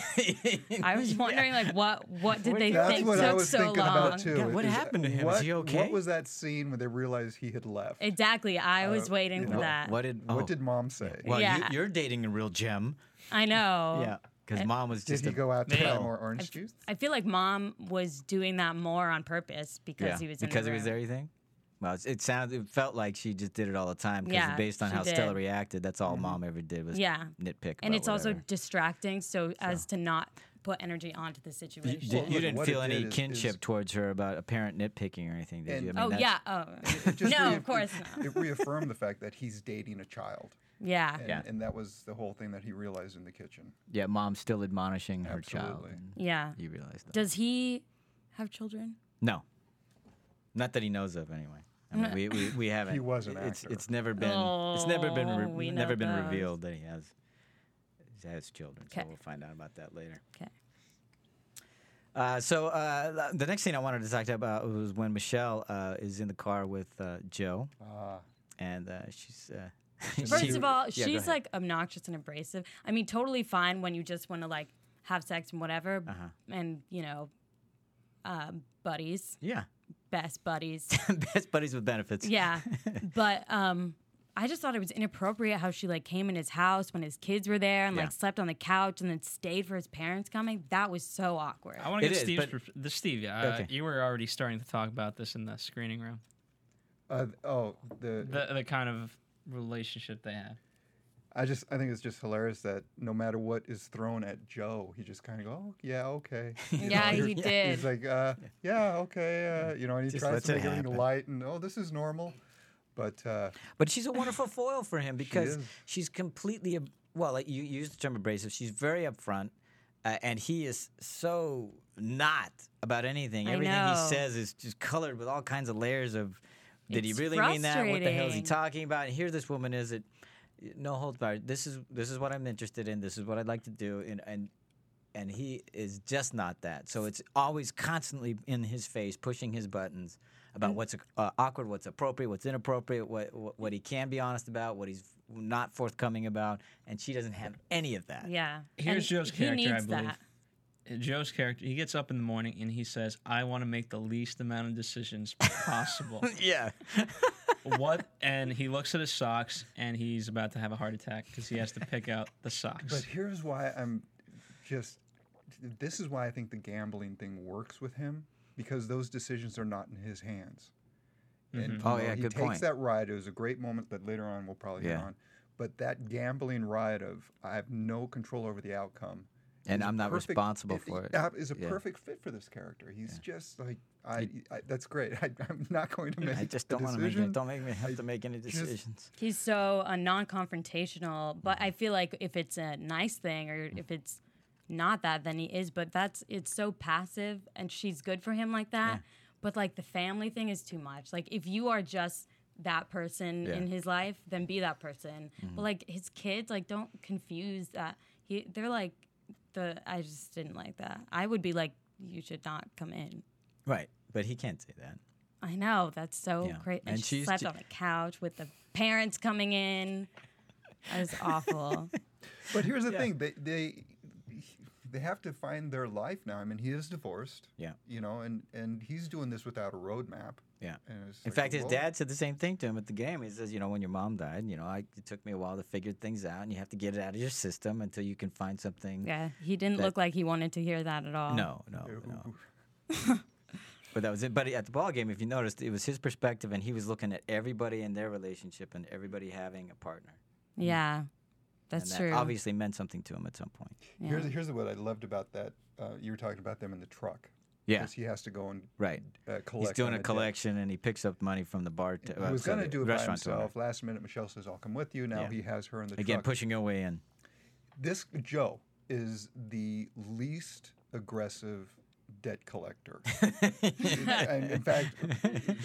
Speaker 4: I was wondering like what what did they
Speaker 6: That's
Speaker 4: think
Speaker 6: what
Speaker 4: took
Speaker 6: I was
Speaker 4: so
Speaker 6: thinking
Speaker 4: long?
Speaker 6: about too.
Speaker 3: Yeah, what
Speaker 6: is-
Speaker 3: happened to him? Is
Speaker 6: What,
Speaker 3: he okay?
Speaker 6: What was that scene when they realized he had left?
Speaker 4: Exactly, I
Speaker 6: Uh,
Speaker 4: was waiting for
Speaker 3: Wha-
Speaker 4: that.
Speaker 3: What did?
Speaker 6: what
Speaker 3: oh,
Speaker 6: did mom say?
Speaker 3: Well, you,
Speaker 4: Yeah.
Speaker 3: you're dating a real gem.
Speaker 4: I know.
Speaker 3: Yeah,
Speaker 4: eh.
Speaker 3: because mom was
Speaker 6: Did
Speaker 3: just.
Speaker 6: he
Speaker 3: a-
Speaker 6: go out to buy
Speaker 5: Well,
Speaker 6: more orange juice?
Speaker 4: I feel like mom was doing that more on purpose because
Speaker 3: yeah,
Speaker 4: he was in
Speaker 3: because
Speaker 4: the
Speaker 3: he was
Speaker 4: room.
Speaker 3: there. You think? Well, it's- it sounded, it felt like she just did it all the time. Because
Speaker 4: Yeah,
Speaker 3: based on
Speaker 4: she
Speaker 3: how Stella
Speaker 4: did.
Speaker 3: reacted, that's
Speaker 6: Mm-hmm.
Speaker 3: all mom ever did was
Speaker 4: Yeah.
Speaker 3: nitpick.
Speaker 4: and
Speaker 3: about
Speaker 4: it's also
Speaker 3: whatever.
Speaker 4: distracting so as to not put energy onto the situation
Speaker 3: Did- you
Speaker 6: look,
Speaker 3: didn't
Speaker 6: what it
Speaker 3: feel any
Speaker 6: did is-
Speaker 3: kinship
Speaker 6: is-
Speaker 3: towards her about a parent nitpicking or anything, did
Speaker 6: And-
Speaker 3: you? I mean,
Speaker 4: oh
Speaker 3: that's-
Speaker 4: yeah oh
Speaker 6: Just
Speaker 4: no
Speaker 6: reaff-
Speaker 4: of course
Speaker 6: it-
Speaker 4: not <laughs>
Speaker 6: It reaffirmed the fact that he's dating a child.
Speaker 4: yeah
Speaker 6: And,
Speaker 4: yeah,
Speaker 3: Yeah.
Speaker 6: and that was the whole thing that he realized in the kitchen.
Speaker 3: Yeah, mom's still admonishing her child.
Speaker 6: Absolutely.
Speaker 3: and You realize that.
Speaker 4: does he have children
Speaker 3: No. Not that he knows of, anyway. I mean, we, we, we
Speaker 6: <laughs>
Speaker 3: haven't.
Speaker 6: was an
Speaker 3: It's
Speaker 6: actor.
Speaker 3: it's never been it's never been
Speaker 4: Oh,
Speaker 3: re-
Speaker 4: we know
Speaker 3: never been
Speaker 4: those.
Speaker 3: revealed that he has he has children. So
Speaker 4: Okay.
Speaker 3: we'll find out about that later.
Speaker 4: okay
Speaker 3: Uh, so uh, th- the next thing I wanted to talk to you about was when Michelle uh, is in the car with uh, Joe,
Speaker 6: Ah,
Speaker 3: and uh, she's. Uh, <laughs>
Speaker 4: first
Speaker 3: she-
Speaker 4: of all
Speaker 3: yeah, go
Speaker 4: Uh, she's
Speaker 3: ahead.
Speaker 4: like obnoxious and abrasive i mean totally fine when you just want to like have sex and whatever
Speaker 3: Uh-huh.
Speaker 4: and you know um, buddies
Speaker 3: yeah, <laughs>
Speaker 4: best buddies
Speaker 3: best buddies with benefits. <laughs>
Speaker 4: Yeah. but um I just thought it was inappropriate how she like came in his house when his kids were there and
Speaker 3: Yeah.
Speaker 4: like slept on the couch and then stayed for his parents coming. That was so awkward.
Speaker 5: I want to
Speaker 3: It
Speaker 5: get
Speaker 3: is,
Speaker 5: Steve's.
Speaker 3: but-
Speaker 5: perf- the Steve, uh,
Speaker 3: Okay.
Speaker 5: you were already starting to talk about this in the screening room.
Speaker 6: uh, oh, the,
Speaker 5: The the kind of relationship they had.
Speaker 6: I just I think it's just hilarious that no matter what is thrown at Joe, he just kind of go, oh, yeah,
Speaker 3: <laughs>
Speaker 6: okay. You
Speaker 4: Yeah,
Speaker 6: you're-
Speaker 4: he did.
Speaker 6: He's like, uh, yeah, okay, uh, you know, and he
Speaker 3: Just
Speaker 6: tries
Speaker 3: lets
Speaker 6: to
Speaker 3: it
Speaker 6: make everything
Speaker 3: happen.
Speaker 6: light and oh, this is normal. But uh,
Speaker 3: But she's a
Speaker 4: <laughs>
Speaker 3: wonderful foil for him because
Speaker 6: is.
Speaker 3: she's completely ab- well. Like you, you used the term abrasive. She's very upfront, uh, and he is so not about anything.
Speaker 4: I
Speaker 3: Everything
Speaker 4: know.
Speaker 3: he says is just colored with all kinds of layers of. Did
Speaker 4: It's
Speaker 3: he really mean that? What the hell is he
Speaker 4: frustrating.
Speaker 3: talking about? And here, this woman is it. No holds barred. This is this is what I'm interested in. This is what I'd like to do. And and and he is just not that. So it's always constantly in his face, pushing his buttons about what's uh, awkward, what's appropriate, what's inappropriate, what, what what he can be honest about, what he's not forthcoming about, and she doesn't have any of that.
Speaker 4: Yeah.
Speaker 5: Here's
Speaker 4: And
Speaker 5: Joe's
Speaker 4: he
Speaker 5: character,
Speaker 4: needs
Speaker 5: I believe.
Speaker 4: that.
Speaker 5: Joe's character, he gets up in the morning and he says, I want to make the least amount of decisions possible.
Speaker 3: Yeah.
Speaker 5: what? And he looks at his socks and he's about to have a heart attack because he has to pick out the socks.
Speaker 6: But here's why I'm just. This is why I think the gambling thing works with him because those decisions are not in his hands. And,
Speaker 3: Oh,
Speaker 6: you know,
Speaker 3: yeah,
Speaker 6: he
Speaker 3: good
Speaker 6: takes
Speaker 3: point.
Speaker 6: that ride. It was a great moment that later on we'll probably get
Speaker 3: Yeah.
Speaker 6: on. But that gambling ride of I have no control over the outcome,
Speaker 3: And
Speaker 6: is a
Speaker 3: I'm not
Speaker 6: perfect-
Speaker 3: responsible for it.
Speaker 6: uh, Is a
Speaker 3: Yeah.
Speaker 6: perfect fit for this character. He's just like I, I. That's great. <laughs> I, I'm not going to make.
Speaker 3: I just
Speaker 6: the
Speaker 3: don't want to make
Speaker 6: decision.
Speaker 3: it. Don't make me have to make any
Speaker 6: <laughs>
Speaker 3: decisions.
Speaker 4: He's so uh, non-confrontational, but I feel like if it's a nice thing or if it's not that, then he is. But that's it's so passive, and she's good for him like that. But like the family thing is too much. Like if you are just that person
Speaker 3: Yeah.
Speaker 4: in his life, then be that person.
Speaker 5: Mm-hmm.
Speaker 4: But like his kids, like don't confuse that. He they're like the I just didn't like that. I would be like you should not come in.
Speaker 3: Right. But he can't say that.
Speaker 4: I know that's so
Speaker 3: Yeah.
Speaker 4: great. And,
Speaker 3: And
Speaker 4: she
Speaker 3: she's
Speaker 4: slept
Speaker 3: ju-
Speaker 4: on the couch with the parents coming in. That was
Speaker 3: <laughs>
Speaker 4: awful.
Speaker 6: But here's the thing: they they they have to find their life now. I mean, he is divorced.
Speaker 3: Yeah.
Speaker 6: You know, and and he's doing this without a roadmap.
Speaker 3: Yeah.
Speaker 6: And it's
Speaker 3: In
Speaker 6: like,
Speaker 3: fact, his
Speaker 6: whoa. <laughs>
Speaker 3: dad said the same thing to him at the game. He says, you know, when your mom died, you know, I, it took me a while to figure things out, and you have to get it out of your system until you can find something.
Speaker 4: yeah, he didn't
Speaker 3: That-
Speaker 4: look like he wanted to hear that at all.
Speaker 3: No,
Speaker 5: Oh.
Speaker 3: no, no. but that was it. But at the ball game, if you noticed, it was his perspective, and he was looking at everybody in their relationship and everybody having a partner.
Speaker 4: Yeah,
Speaker 3: and
Speaker 4: that's
Speaker 3: that
Speaker 4: true.
Speaker 3: obviously meant something to him at some point.
Speaker 6: Here's here's what I loved about that. Uh, you were talking about them in the truck.
Speaker 3: Yeah.
Speaker 6: 'Cause he has to go and
Speaker 3: Right.
Speaker 6: uh, collect.
Speaker 3: He's doing
Speaker 6: on
Speaker 3: a
Speaker 6: the debt.
Speaker 3: collection, and he picks up money from the bar. To,
Speaker 6: He was
Speaker 3: sorry,
Speaker 6: gonna do it by
Speaker 3: restaurant owner.
Speaker 6: himself. Last minute, Michelle says, "I'll come with you." Now
Speaker 3: Yeah.
Speaker 6: he has her in the
Speaker 3: Again,
Speaker 6: truck.
Speaker 3: pushing your way in.
Speaker 6: this Joe is the least aggressive debt
Speaker 3: <laughs>
Speaker 6: collector. and in fact,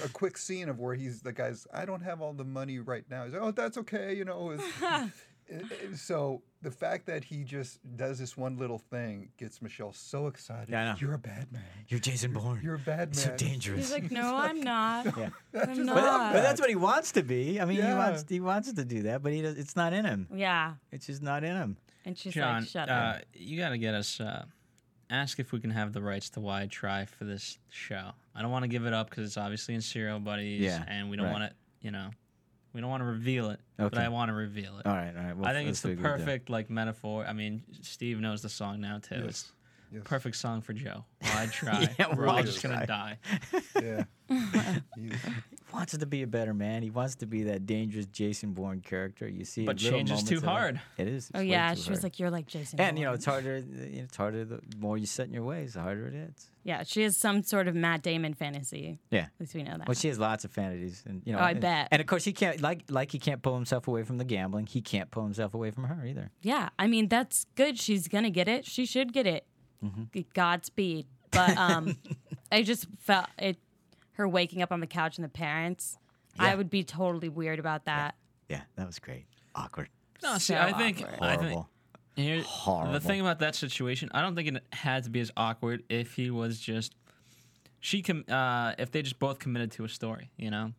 Speaker 6: a quick scene of where he's the guy's, I don't have all the money right now. He's like, oh, that's okay, you know. it's-
Speaker 3: <laughs>
Speaker 6: it- it- so the fact that he just does this one little thing gets Michelle so excited.
Speaker 3: Yeah, I know.
Speaker 6: You're a bad man.
Speaker 3: You're Jason Bourne.
Speaker 6: You're a bad
Speaker 3: It's so
Speaker 6: man.
Speaker 3: dangerous.
Speaker 4: He's like, no, I'm not.
Speaker 3: <laughs> Yeah.
Speaker 6: That's
Speaker 4: I'm
Speaker 6: just-
Speaker 3: But,
Speaker 4: not.
Speaker 5: "Ah."
Speaker 3: but that's what he wants to be. I mean, he
Speaker 6: Yeah.
Speaker 3: wants he wants to do that, but he does, it's not in him.
Speaker 4: Yeah,
Speaker 3: It's just not in him.
Speaker 4: and she's
Speaker 5: John,
Speaker 4: like, shut
Speaker 5: uh,
Speaker 4: up.
Speaker 5: you got to get us. Uh, ask if we can have the rights to why try for this show. I don't want to give it up because it's obviously in Serial Buddies,
Speaker 3: Yeah,
Speaker 5: and we don't
Speaker 3: right.
Speaker 5: want to, you know, we don't want to reveal it, but
Speaker 3: Okay.
Speaker 5: I want to reveal it.
Speaker 3: All right, all right. Well,
Speaker 5: I think
Speaker 3: let's
Speaker 5: it's the
Speaker 3: leave it at that.
Speaker 5: perfect like metaphor. I mean, Steve knows the song now too. It's
Speaker 6: Yes.
Speaker 5: perfect song
Speaker 3: <laughs>
Speaker 5: for Joe. Why try?
Speaker 3: Yeah,
Speaker 5: We're
Speaker 3: why
Speaker 5: all just
Speaker 3: try?
Speaker 5: gonna die.
Speaker 6: Yeah.
Speaker 3: <laughs>
Speaker 6: He's-
Speaker 3: wants to be a better man. He wants to be that dangerous Jason Bourne character. You see,
Speaker 5: But
Speaker 3: in little
Speaker 5: change is
Speaker 3: moments
Speaker 5: too
Speaker 3: of him.
Speaker 5: hard.
Speaker 3: It is.
Speaker 4: oh
Speaker 3: it's way
Speaker 4: yeah,
Speaker 3: too
Speaker 4: she was
Speaker 3: hard.
Speaker 4: like, you're like Jason.
Speaker 3: and you know,
Speaker 4: Bourne."
Speaker 3: it's harder. you know, It's harder. The more you set in your ways, the harder it is.
Speaker 4: yeah, she has some sort of Matt Damon fantasy.
Speaker 3: Yeah.
Speaker 4: At least we know that.
Speaker 3: Well, she has lots of fantasies, and you know.
Speaker 4: Oh, I
Speaker 3: and,
Speaker 4: bet.
Speaker 3: And of course, he can't like like he can't pull himself away from the gambling. He can't pull himself away from her either.
Speaker 4: Yeah, I mean that's good. She's gonna get it. She should get it.
Speaker 3: Mm-hmm.
Speaker 4: G- Godspeed. But
Speaker 3: <laughs>
Speaker 4: um, I just felt it. Her waking up on the couch and the parents. I
Speaker 3: Yeah.
Speaker 4: would be totally weird about that.
Speaker 3: Yeah, that was great. Awkward.
Speaker 5: No, see,
Speaker 4: So
Speaker 5: I think
Speaker 4: awkward.
Speaker 5: I think
Speaker 3: Horrible.
Speaker 5: Here,
Speaker 3: Horrible.
Speaker 5: The thing about that situation, I don't think it had to be as awkward if he was just she com- uh, if they just both committed to a story, you know,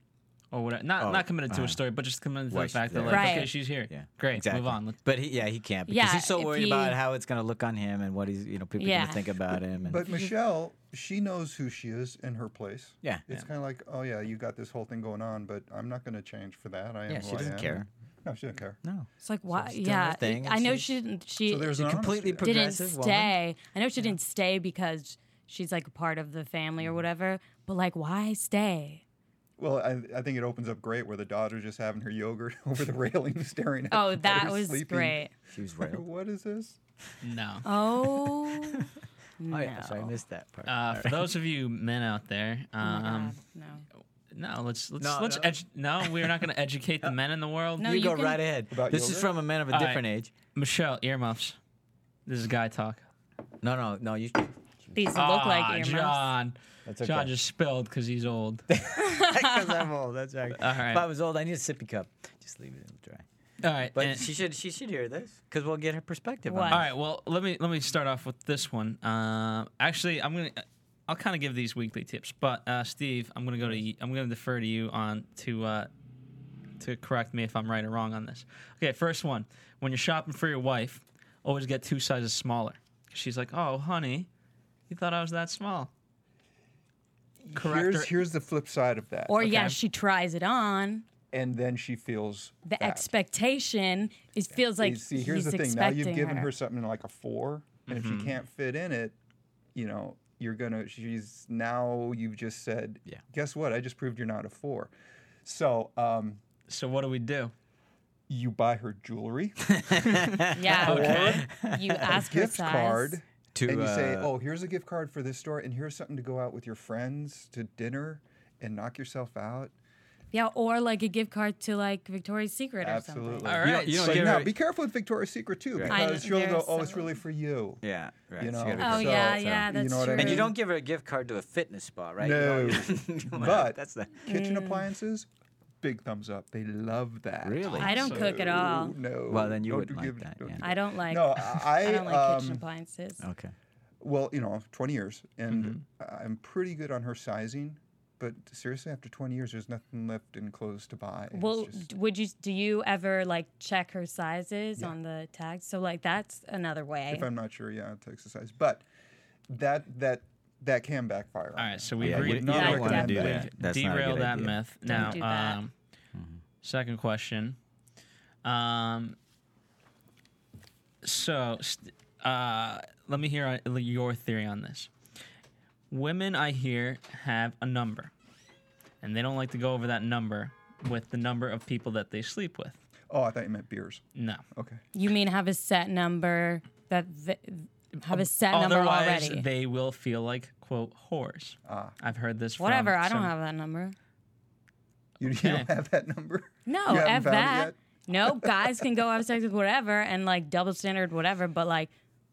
Speaker 5: or whatever. Not
Speaker 3: Oh,
Speaker 5: not committed to
Speaker 3: uh,
Speaker 5: a story, but just committed to
Speaker 3: why
Speaker 5: the
Speaker 3: she's
Speaker 5: fact that
Speaker 3: there.
Speaker 5: like
Speaker 4: Right.
Speaker 5: okay, she's here.
Speaker 3: Yeah.
Speaker 5: great.
Speaker 3: Exactly.
Speaker 5: Move on. Let-
Speaker 3: But he, yeah, he can't because
Speaker 4: Yeah,
Speaker 3: he's so
Speaker 4: if
Speaker 3: worried about
Speaker 4: he-
Speaker 3: how it's going to look on him and what he's, you know, people are going
Speaker 4: Yeah.
Speaker 3: to think about him. And
Speaker 6: But Michelle, she knows who she is in her place.
Speaker 3: Yeah.
Speaker 6: It's kind of like, oh yeah, you got this whole thing going on, but I'm not going to change for that. I am
Speaker 3: yeah,
Speaker 6: who
Speaker 3: she
Speaker 6: I
Speaker 3: doesn't
Speaker 6: am."
Speaker 3: care.
Speaker 6: No, she doesn't care.
Speaker 3: No,
Speaker 4: It's like why?
Speaker 3: she's doing her
Speaker 4: Yeah,
Speaker 3: thing,
Speaker 4: I
Speaker 3: and
Speaker 4: know
Speaker 3: she's-
Speaker 4: she didn't. She
Speaker 6: So there's an
Speaker 3: completely
Speaker 6: honesty there.
Speaker 4: didn't
Speaker 3: progressive woman.
Speaker 4: stay. I know she didn't stay because she's like a part of the family or
Speaker 3: Mm-hmm.
Speaker 4: whatever. But like, why stay?
Speaker 6: Well, I, I think it opens up great where the daughter's just having her yogurt <laughs> over the railing, staring at.
Speaker 4: Oh,
Speaker 6: the
Speaker 4: that
Speaker 6: <laughs> daughter
Speaker 4: was
Speaker 6: sleeping.
Speaker 4: great.
Speaker 3: She was
Speaker 6: Like,
Speaker 3: railed.
Speaker 6: what is this?
Speaker 3: <laughs>
Speaker 5: No. Uh,
Speaker 4: Oh. no.
Speaker 3: Oh yeah, sorry, <laughs> I missed that part.
Speaker 5: Uh, for those of you men out there,
Speaker 4: Oh my
Speaker 5: um,
Speaker 4: God, no.
Speaker 5: no, let's let's
Speaker 3: No,
Speaker 5: let's
Speaker 3: no.
Speaker 5: no. no, we're not going
Speaker 3: <laughs>
Speaker 5: to educate the men in the world.
Speaker 4: No,
Speaker 3: you,
Speaker 4: you
Speaker 3: go
Speaker 4: can-
Speaker 3: right ahead.
Speaker 6: About
Speaker 3: this is
Speaker 6: yogurt?
Speaker 3: from a man of a
Speaker 5: All right.
Speaker 3: different age.
Speaker 5: Michelle, earmuffs. This is guy talk.
Speaker 3: No, no, no. <laughs> You
Speaker 4: These look
Speaker 5: Ah,
Speaker 4: like earmuffs.
Speaker 5: John.
Speaker 3: That's okay. <laughs>
Speaker 5: John just spilled because he's old.
Speaker 3: because I'm old. That's right.
Speaker 5: All right.
Speaker 3: If I was old, I need a sippy cup. Just leave it in the dry.
Speaker 5: All right,
Speaker 3: But
Speaker 5: and-
Speaker 3: she should she should hear this because we'll get her perspective.
Speaker 4: What?
Speaker 3: On
Speaker 5: All
Speaker 3: it.
Speaker 5: right. Well, let me let me start off with this one. Uh, actually, I'm gonna I'll kind of give these weekly tips, but uh, Steve, I'm gonna go to you, I'm gonna defer to you on to uh, to correct me if I'm right or wrong on this. Okay, first one. When you're shopping for your wife, always get two sizes smaller. She's like, "Oh, honey, you thought I was that small." Correct.
Speaker 6: Here's,
Speaker 5: her-
Speaker 6: here's the flip side of that.
Speaker 4: Or yes,
Speaker 5: Okay.
Speaker 4: she tries it on.
Speaker 6: and then she feels
Speaker 4: The
Speaker 6: bad.
Speaker 4: expectation it feels like
Speaker 6: You see, here's
Speaker 4: he's
Speaker 6: the thing. Now
Speaker 4: expecting
Speaker 6: you've given her,
Speaker 4: her.
Speaker 6: something like a 4 and if she
Speaker 3: Mm-hmm.
Speaker 6: can't fit in it, you know, you're gonna. She's now. You've just said,
Speaker 3: Yeah.
Speaker 6: Guess what? I just proved you're not a four. So um,
Speaker 5: so what do we do?
Speaker 6: you buy her
Speaker 3: <laughs>
Speaker 6: jewelry,
Speaker 4: Yeah.
Speaker 5: Okay.
Speaker 4: <laughs> You ask her
Speaker 6: gift
Speaker 4: size.
Speaker 6: card,
Speaker 3: To,
Speaker 6: and you say,
Speaker 3: uh,
Speaker 6: "Oh, here's a gift card for this store, and here's something to go out with your friends to dinner and knock yourself out."
Speaker 4: Yeah, or like a gift card to like Victoria's Secret or
Speaker 6: Absolutely.
Speaker 4: something.
Speaker 5: All
Speaker 3: You don't-
Speaker 5: right.
Speaker 3: you don't
Speaker 5: so-
Speaker 6: But
Speaker 3: give
Speaker 6: now,
Speaker 3: her-
Speaker 6: be careful with Victoria's Secret too,
Speaker 4: I
Speaker 6: because
Speaker 4: know,
Speaker 6: you'll
Speaker 4: there
Speaker 6: go,
Speaker 4: are
Speaker 6: "Oh, it's
Speaker 4: some-
Speaker 6: really for you."
Speaker 3: Yeah, right.
Speaker 6: You
Speaker 3: it's
Speaker 6: know.
Speaker 3: gotta be
Speaker 4: Oh
Speaker 3: good.
Speaker 6: So-
Speaker 4: yeah, yeah,
Speaker 6: you
Speaker 4: that's
Speaker 6: know what I
Speaker 4: true.
Speaker 6: mean?
Speaker 3: And you don't give her a gift card to a fitness spa, right? You
Speaker 6: No,
Speaker 3: don't- <laughs> you don't wanna-
Speaker 6: but
Speaker 3: that's the
Speaker 4: Mm.
Speaker 6: kitchen appliances, big thumbs up. They love that.
Speaker 3: really.
Speaker 4: I don't cook at all.
Speaker 6: No, No.
Speaker 3: Well, then you
Speaker 6: don't
Speaker 3: wouldn't
Speaker 6: do
Speaker 3: like
Speaker 6: give-
Speaker 3: that,
Speaker 6: don't
Speaker 3: yeah.
Speaker 6: do-
Speaker 4: I don't like
Speaker 6: No,
Speaker 4: <laughs> I,
Speaker 6: I,
Speaker 4: don't like kitchen
Speaker 6: um,
Speaker 4: appliances.
Speaker 3: <laughs>
Speaker 5: Oh,
Speaker 3: Okay.
Speaker 6: well, you know, 20 years, and
Speaker 3: Mm-hmm.
Speaker 6: I'm pretty good on her sizing. But seriously, after 20 years, there's nothing left in clothes to buy. It's
Speaker 4: Well,
Speaker 6: just-
Speaker 4: d- would you do you ever like check her sizes on the tags? So like that's another way.
Speaker 6: if I'm not sure, yeah, to exercise. But that that that can backfire.
Speaker 5: All right. So we
Speaker 3: Oh, Yeah,
Speaker 5: agree.
Speaker 3: you,
Speaker 6: would not
Speaker 5: we
Speaker 4: don't
Speaker 5: agree-
Speaker 3: want to
Speaker 4: recommend
Speaker 3: do
Speaker 4: that.
Speaker 3: that. That's not a
Speaker 5: derail
Speaker 3: good
Speaker 5: that
Speaker 3: idea. Mm-hmm.
Speaker 5: myth. Now,
Speaker 4: do that.
Speaker 5: Um, second question. Um, so, st- uh, let me hear uh, your theory on this. Women, I hear, have a number, and they don't like to go over that number with the number of people that they sleep with.
Speaker 6: Oh, I thought you meant beers.
Speaker 5: No.
Speaker 6: Okay.
Speaker 4: You mean have a set number that th- have a set number
Speaker 5: Um, Otherwise,
Speaker 4: already?
Speaker 5: they will feel like quote whores.
Speaker 3: Ah.
Speaker 5: I've heard this. from
Speaker 4: Whatever. I don't
Speaker 5: some-
Speaker 4: have that number.
Speaker 6: You, you don't
Speaker 5: Okay.
Speaker 6: have that number?
Speaker 4: No,
Speaker 6: You haven't
Speaker 4: f
Speaker 6: found it
Speaker 4: that.
Speaker 6: yet?
Speaker 4: No, guys can go have sex with whatever and like double standard whatever, but like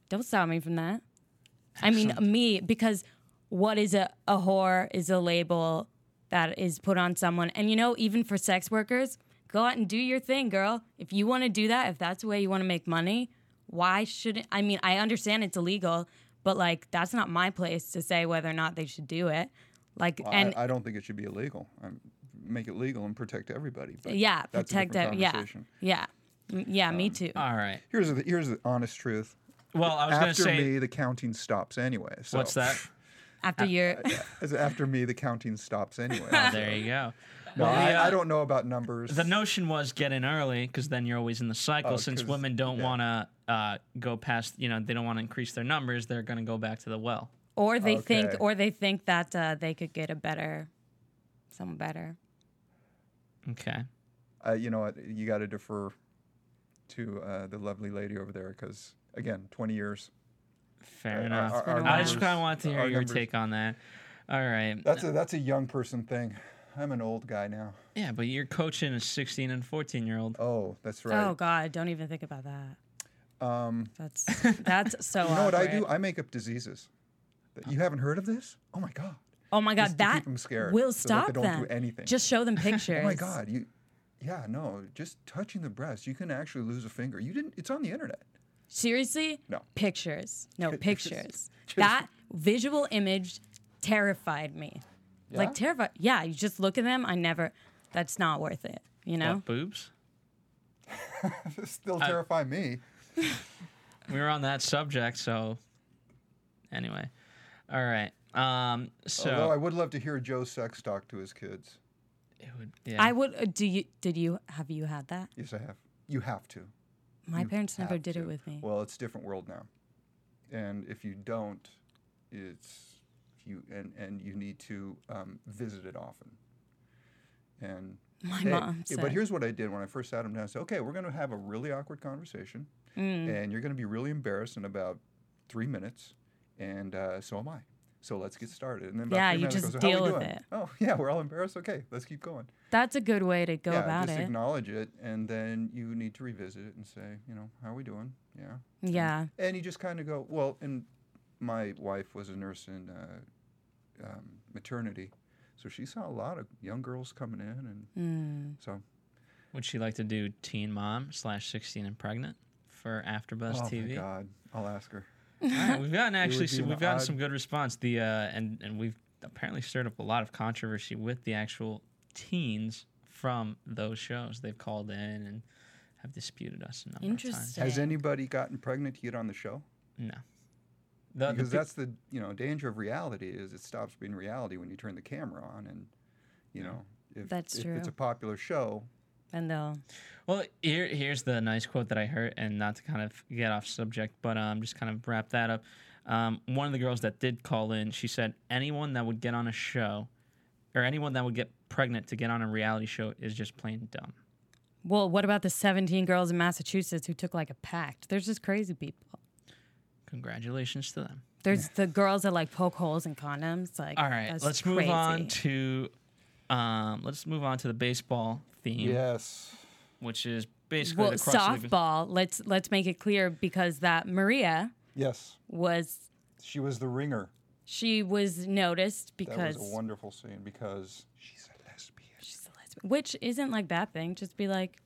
Speaker 4: don't stop me from that. I mean me because what is a a whore is a label that is put on someone, and you know even for sex workers, go out and do your thing, girl. If you want to do that, if that's the way you want to make money, why shouldn't? I mean, I understand it's illegal, but like that's not my place to say whether or not they should do it. Like
Speaker 6: Well,
Speaker 4: and
Speaker 6: I, I don't think it should be illegal. I'm, make it legal and protect everybody. But
Speaker 4: yeah,
Speaker 6: that's a
Speaker 4: protect
Speaker 6: different
Speaker 4: it. Yeah,
Speaker 6: conversation.
Speaker 4: yeah, Mm, yeah. me
Speaker 6: Um,
Speaker 4: too.
Speaker 5: All right.
Speaker 6: Here's the here's the honest truth.
Speaker 5: Well, I was going to
Speaker 6: After
Speaker 5: say.
Speaker 6: me, the counting stops anyway. So.
Speaker 5: What's that?
Speaker 6: <laughs>
Speaker 4: After your
Speaker 6: It's after me, the counting
Speaker 5: <laughs>
Speaker 6: stops anyway.
Speaker 5: Oh,
Speaker 6: <laughs>
Speaker 5: There you go.
Speaker 6: No,
Speaker 5: Well, the,
Speaker 6: I,
Speaker 5: uh,
Speaker 6: I don't know about numbers.
Speaker 5: The notion was get in early because then you're always in the cycle.
Speaker 6: Oh,
Speaker 5: Since
Speaker 6: 'cause-
Speaker 5: women don't
Speaker 6: yeah.
Speaker 5: want to uh, go past, you know, they don't want to increase their numbers. They're going to go back to the well.
Speaker 4: or they
Speaker 6: Okay.
Speaker 4: think or they think that uh, they could get a better someone better
Speaker 5: Okay.
Speaker 6: Uh, you know what? You got to defer to uh, the lovely lady over there because, again, 20 years.
Speaker 5: Fair
Speaker 6: Our-
Speaker 5: enough.
Speaker 6: our- our
Speaker 5: I just
Speaker 6: numbers-
Speaker 5: kind of wanted to hear
Speaker 6: our
Speaker 5: your
Speaker 6: numbers-
Speaker 5: take on that. All right. Uh,
Speaker 6: That's a that's a young person thing. I'm an old guy now.
Speaker 5: yeah, but you're coaching a 16 and 14 year old.
Speaker 6: Oh, that's right.
Speaker 4: oh god don't even think about that
Speaker 6: Um, <laughs>
Speaker 4: that's that's Oh, so
Speaker 6: you know what I do?
Speaker 4: awkward.
Speaker 6: I make up diseases. That- You haven't heard of this? Oh my god!
Speaker 4: oh my god
Speaker 6: Just to keep
Speaker 4: that
Speaker 6: 'em scared
Speaker 4: will
Speaker 6: so that
Speaker 4: stop
Speaker 6: they don't
Speaker 4: them
Speaker 6: do anything.
Speaker 4: just show them pictures
Speaker 6: <laughs> Oh my god! You, yeah, no, just touching the breast, you can actually lose a finger. You didn't. It's on the internet.
Speaker 4: seriously
Speaker 6: No.
Speaker 4: pictures no pictures
Speaker 6: <laughs> Just-
Speaker 4: that visual image terrified me like terrified yeah you just look at them i never that's not worth it you know
Speaker 5: What, boobs?
Speaker 6: <laughs> Still terrify me.
Speaker 5: We were on that subject, so anyway. All right. Um.
Speaker 6: Although I
Speaker 5: So
Speaker 6: would love to hear Joe sex talk to his kids.
Speaker 5: it would. Yeah.
Speaker 4: i would uh, do you did you have you had that
Speaker 6: Yes, I have. You have to.
Speaker 4: my parents never
Speaker 6: have
Speaker 4: did it
Speaker 6: to.
Speaker 4: with me
Speaker 6: Well, it's a different world now, and if you don't, it's you and and you need to um, visit it often. And
Speaker 4: <laughs> My
Speaker 6: hey,
Speaker 4: mom
Speaker 6: yeah,
Speaker 4: said.
Speaker 6: but here's what I did when I first sat him down. I said, "Okay, we're going to have a really awkward conversation,
Speaker 4: Mm.
Speaker 6: and you're going to be really embarrassed in about three minutes, and uh, so am I. So let's get started." And then about
Speaker 4: Yeah,
Speaker 6: three
Speaker 4: you
Speaker 6: minutes, I
Speaker 4: just
Speaker 6: go, "So how we
Speaker 4: deal with
Speaker 6: doing?"
Speaker 4: it.
Speaker 6: Oh <laughs> yeah, we're all embarrassed. Okay, let's keep going.
Speaker 4: That's a good way to go
Speaker 6: yeah,
Speaker 4: about
Speaker 6: just
Speaker 4: it.
Speaker 6: acknowledge it, and then you need to revisit it and say, you know, how are we doing? Yeah,
Speaker 4: yeah.
Speaker 6: and you just kind of go, well, and my wife was a nurse in uh, um, maternity, so she saw a lot of young girls coming in, and
Speaker 4: Mm.
Speaker 6: so
Speaker 5: Would she like to do Teen Mom slash 16 and Pregnant for AfterBuzz
Speaker 6: oh
Speaker 5: TV?
Speaker 6: my god, I'll ask her.
Speaker 5: All right, we've
Speaker 6: <laughs>
Speaker 5: gotten actually
Speaker 6: would
Speaker 5: so
Speaker 6: be an
Speaker 5: we've gotten
Speaker 6: odd-
Speaker 5: some good response. The uh, and and we've apparently stirred up a lot of controversy with the actual teens from those shows. They've called in and have disputed us a number of
Speaker 4: Interesting.
Speaker 5: times.
Speaker 6: Has anybody gotten pregnant yet on the show?
Speaker 5: No. The- the
Speaker 6: Because
Speaker 5: peop-
Speaker 6: that's the you know danger of reality is it stops being reality when you turn the camera on and you know if,
Speaker 4: That's
Speaker 6: if
Speaker 4: true.
Speaker 6: it's a popular show
Speaker 4: And they'll
Speaker 5: Well, here here's the nice quote that I heard, and not to kind of get off subject, but um, just kind of wrap that up. Um, one of the girls that did call in, she said anyone that would get on a show, or anyone that would get pregnant to get on a reality show is just plain dumb.
Speaker 4: Well, what about the 17 girls in Massachusetts who took like a pact? There's just crazy people.
Speaker 5: Congratulations to them.
Speaker 4: There's the girls that like poke holes in condoms. Like,
Speaker 5: All right,
Speaker 4: that's
Speaker 5: let's move on
Speaker 4: crazy.
Speaker 5: to, um, let's move on to the baseball theme,
Speaker 6: yes
Speaker 5: which is basically
Speaker 4: well,
Speaker 5: the crux of the-
Speaker 4: softball. Let's let's make it clear because that Maria
Speaker 6: yes
Speaker 4: was
Speaker 6: she was the ringer
Speaker 4: she was noticed
Speaker 6: that
Speaker 4: because
Speaker 6: was a wonderful scene because she's a lesbian
Speaker 4: she's a lesbian, which isn't like bad thing. Just be like,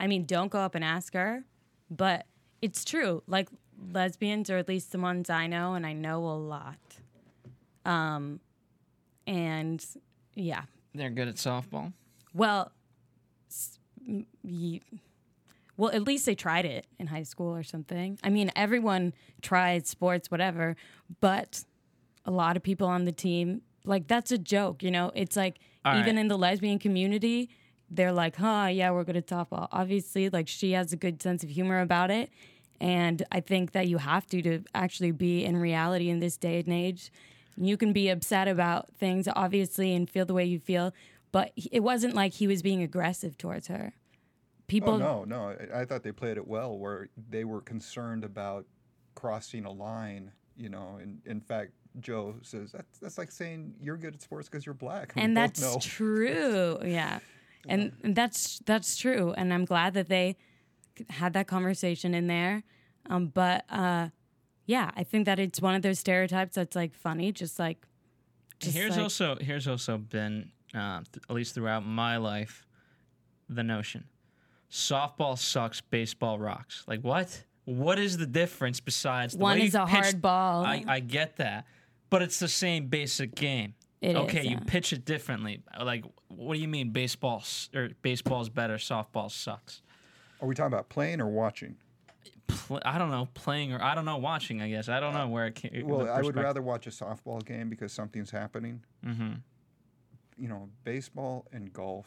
Speaker 4: I mean, don't go up and ask her, but it's true. Like lesbians, or at least the ones I know, and I know a lot. Um, and yeah,
Speaker 5: They're good at softball.
Speaker 4: well, s- m- ye- well, at least they tried it in high school or something. I mean, everyone tried sports, whatever, but a lot of people on the team, like, that's a joke, you know? It's like,
Speaker 5: All
Speaker 4: even
Speaker 5: right.
Speaker 4: in the lesbian community, they're like, huh, yeah, we're good at softball. Obviously, like, she has a good sense of humor about it. And I think that you have to to actually be in reality in this day and age. You can be upset about things, obviously, and feel the way you feel. But he- it wasn't like he was being aggressive towards her. People,
Speaker 6: oh no no I, I thought they played it well where they were concerned about crossing a line you know and in fact Joe says that's, that's like saying you're good at sports because you're black We
Speaker 4: and
Speaker 6: both
Speaker 4: that's
Speaker 6: know.
Speaker 4: true
Speaker 6: <laughs>
Speaker 4: yeah and and that's that's true and i'm glad that they had that conversation in there um, but uh, yeah i think that it's one of those stereotypes that's like funny just like just
Speaker 5: here's
Speaker 4: like,
Speaker 5: also here's also been uh, th- at least throughout my life the notion softball sucks baseball rocks like what what is the difference besides the
Speaker 4: One
Speaker 5: way
Speaker 4: is
Speaker 5: you
Speaker 4: a
Speaker 5: pitch-
Speaker 4: hard ball.
Speaker 5: I, I get that but it's the same basic game
Speaker 4: It is,
Speaker 5: okay you
Speaker 4: yeah.
Speaker 5: pitch it differently like what do you mean baseball s- or baseball's better softball sucks
Speaker 6: are we talking about playing or watching
Speaker 5: Pl- i don't know playing or i don't know watching i guess i don't know where it came
Speaker 6: Well, I would rather watch a softball game because something's happening. Mm-hmm. You know, baseball and golf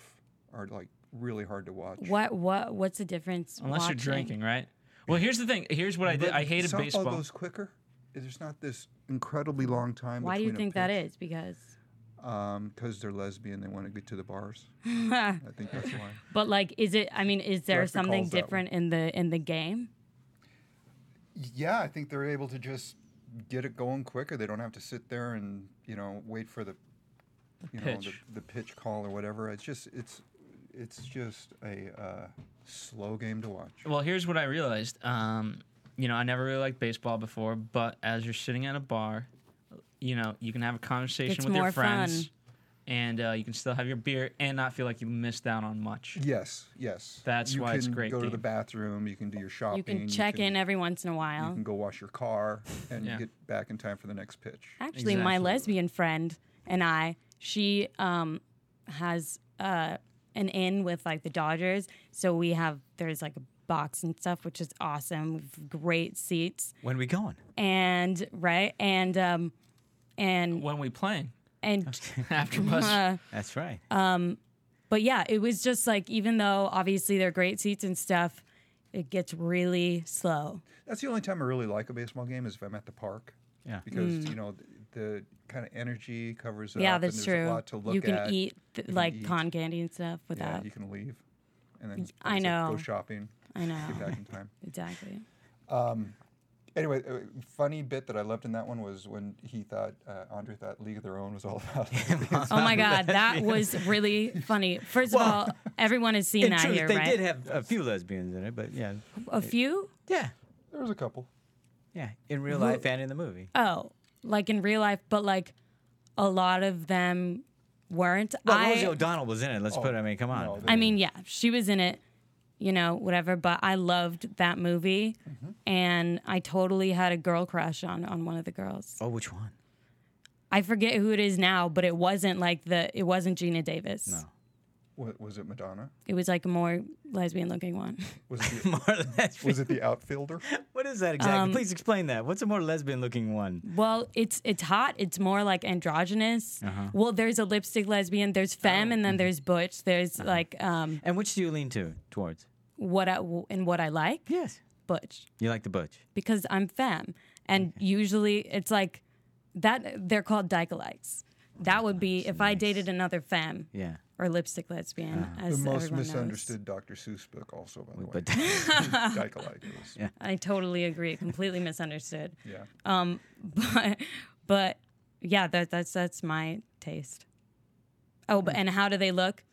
Speaker 6: are like really hard to watch.
Speaker 4: what what what's the difference
Speaker 5: unless
Speaker 4: watching?
Speaker 5: you're drinking right well here's the thing here's what i did
Speaker 6: But
Speaker 5: i hated
Speaker 6: softball
Speaker 5: baseball
Speaker 6: goes quicker. There's not this incredibly long time.
Speaker 4: why do you
Speaker 6: between
Speaker 4: think
Speaker 6: a
Speaker 4: that
Speaker 6: pitch.
Speaker 4: is because
Speaker 6: Um, because they're lesbian. They want to get to the
Speaker 5: <laughs>
Speaker 6: bars. I think that's why.
Speaker 4: but like is it i mean is there
Speaker 6: Director
Speaker 4: something
Speaker 6: calls that one.
Speaker 4: different in the in the game
Speaker 6: Yeah, I think they're able to just get it going quicker. They don't have to sit there and you know wait for the, you know, the,
Speaker 5: pitch.
Speaker 6: the pitch call or whatever. It's just it's it's just a uh, slow game to watch.
Speaker 5: Well, here's what I realized. Um, you know, I never really liked baseball before, but as you're sitting at a bar, you know, you can have a conversation
Speaker 4: It's
Speaker 5: with your
Speaker 4: more fun.
Speaker 5: friends, and uh, you can still have your beer and not feel like you missed out on much.
Speaker 6: Yes, yes.
Speaker 5: That's
Speaker 6: you
Speaker 5: why
Speaker 6: can
Speaker 5: it's a great
Speaker 6: Go to the
Speaker 5: game.
Speaker 6: bathroom. You can do your shopping.
Speaker 4: you can check in every once in a while
Speaker 6: You can go wash your car, and
Speaker 5: Yeah.
Speaker 6: you get back in time for the next pitch.
Speaker 4: Actually,
Speaker 5: Exactly.
Speaker 4: my lesbian friend and I, she um, has uh, an inn with like the Dodgers, so we have there's like a box and stuff, which is awesome. We've great seats,
Speaker 3: When we going?
Speaker 4: and right, and um, and
Speaker 5: When we playing <laughs>
Speaker 6: <laughs>
Speaker 4: and
Speaker 5: after bus,
Speaker 3: That's right.
Speaker 4: but yeah, it was just like even though obviously they're great seats and stuff, it gets really slow.
Speaker 6: That's the only time I really like a baseball game is if I'm at the park.
Speaker 3: Yeah.
Speaker 6: Because you know th- the, kind of energy covers it
Speaker 4: Mm. yeah,
Speaker 6: up.
Speaker 4: that's
Speaker 6: and there's
Speaker 4: true.
Speaker 6: A lot to look
Speaker 4: you can
Speaker 6: at.
Speaker 4: eat th-
Speaker 6: can
Speaker 4: like
Speaker 6: eat.
Speaker 4: con candy and stuff
Speaker 6: Yeah,
Speaker 4: without.
Speaker 6: you can leave, and then like
Speaker 4: I
Speaker 6: I said,
Speaker 4: know.
Speaker 6: go shopping.
Speaker 4: I know
Speaker 6: Get back in
Speaker 4: <laughs>
Speaker 6: time.
Speaker 4: exactly.
Speaker 6: Anyway, uh, funny bit that I loved in that one was when he thought uh, Andre thought League of Their Own was all <laughs>
Speaker 4: <laughs>
Speaker 6: about.
Speaker 4: Oh
Speaker 3: <laughs>
Speaker 4: my God, that was really funny. First of all, everyone has seen
Speaker 3: In
Speaker 4: that
Speaker 3: truth,
Speaker 4: here,
Speaker 3: they
Speaker 4: right?
Speaker 3: did have a few lesbians in it, but yeah,
Speaker 4: a few?
Speaker 3: yeah,
Speaker 6: there was a couple.
Speaker 3: yeah, in real life and in the movie.
Speaker 4: Oh, like in real life, but like a lot of them weren't.
Speaker 3: Well,
Speaker 4: I,
Speaker 3: Rosie O'Donnell was in it. Let's put it. I mean, come on.
Speaker 6: No,
Speaker 4: I mean, yeah, she was in it, you know, whatever. But I loved that movie,
Speaker 3: Mm-hmm.
Speaker 4: and I totally had a girl crush on on one of the girls.
Speaker 3: oh, which one?
Speaker 4: I forget who it is now, but it wasn't like the it wasn't Gina Davis.
Speaker 3: No.
Speaker 6: Wa- was it Madonna?
Speaker 4: It was like a more lesbian looking one.
Speaker 6: Was
Speaker 4: <laughs>
Speaker 6: it
Speaker 3: <laughs>
Speaker 6: the,
Speaker 3: more lesbian.
Speaker 6: was it the outfielder?
Speaker 3: <laughs> What is that exactly?
Speaker 4: Um,
Speaker 3: Please explain that. What's a more lesbian-looking one?
Speaker 4: Well, it's it's hot. It's more like androgynous. Well, there's a lipstick lesbian. There's femme, and then there's butch. There's like um
Speaker 3: And which do you lean to towards?
Speaker 4: what I and what I like
Speaker 3: Yes,
Speaker 4: butch
Speaker 3: you like the butch.
Speaker 4: because I'm femme, and usually it's like that. They're called dykelites. That would be if I dated another femme
Speaker 3: Yeah,
Speaker 4: or lipstick lesbian.
Speaker 6: The
Speaker 4: As
Speaker 6: most
Speaker 4: everyone knows.
Speaker 6: misunderstood Dr. Seuss book, also by the way. <laughs>
Speaker 3: but
Speaker 4: <laughs>
Speaker 6: Dyke-alike is- yeah.
Speaker 4: I totally agree. Completely misunderstood. but <laughs> but yeah, that that's that's my taste. Oh, but and how do they look?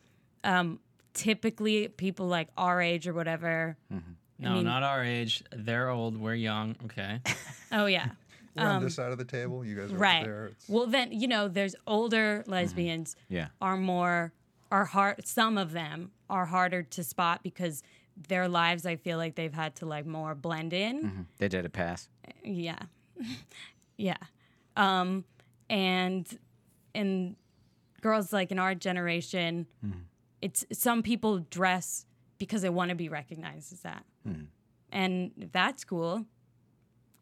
Speaker 4: Um, typically, people like our age or whatever.
Speaker 5: No, not our age. They're old. We're young.
Speaker 4: <laughs>
Speaker 5: Okay.
Speaker 4: Oh yeah,
Speaker 6: We're on this side of the table. You guys are over
Speaker 4: right.
Speaker 6: there. It's,
Speaker 4: Well, then you know, there's older lesbians.
Speaker 3: Mm-hmm. Yeah.
Speaker 4: are more are hard. Some of them are harder to spot because their lives, I feel like they've had to like more blend in.
Speaker 3: Mm-hmm. they did a pass.
Speaker 4: Yeah. <laughs> yeah. Um and and girls like in our generation
Speaker 3: Hmm.
Speaker 4: it's some people dress because they want to be recognized as that.
Speaker 3: Hmm.
Speaker 4: And that's cool.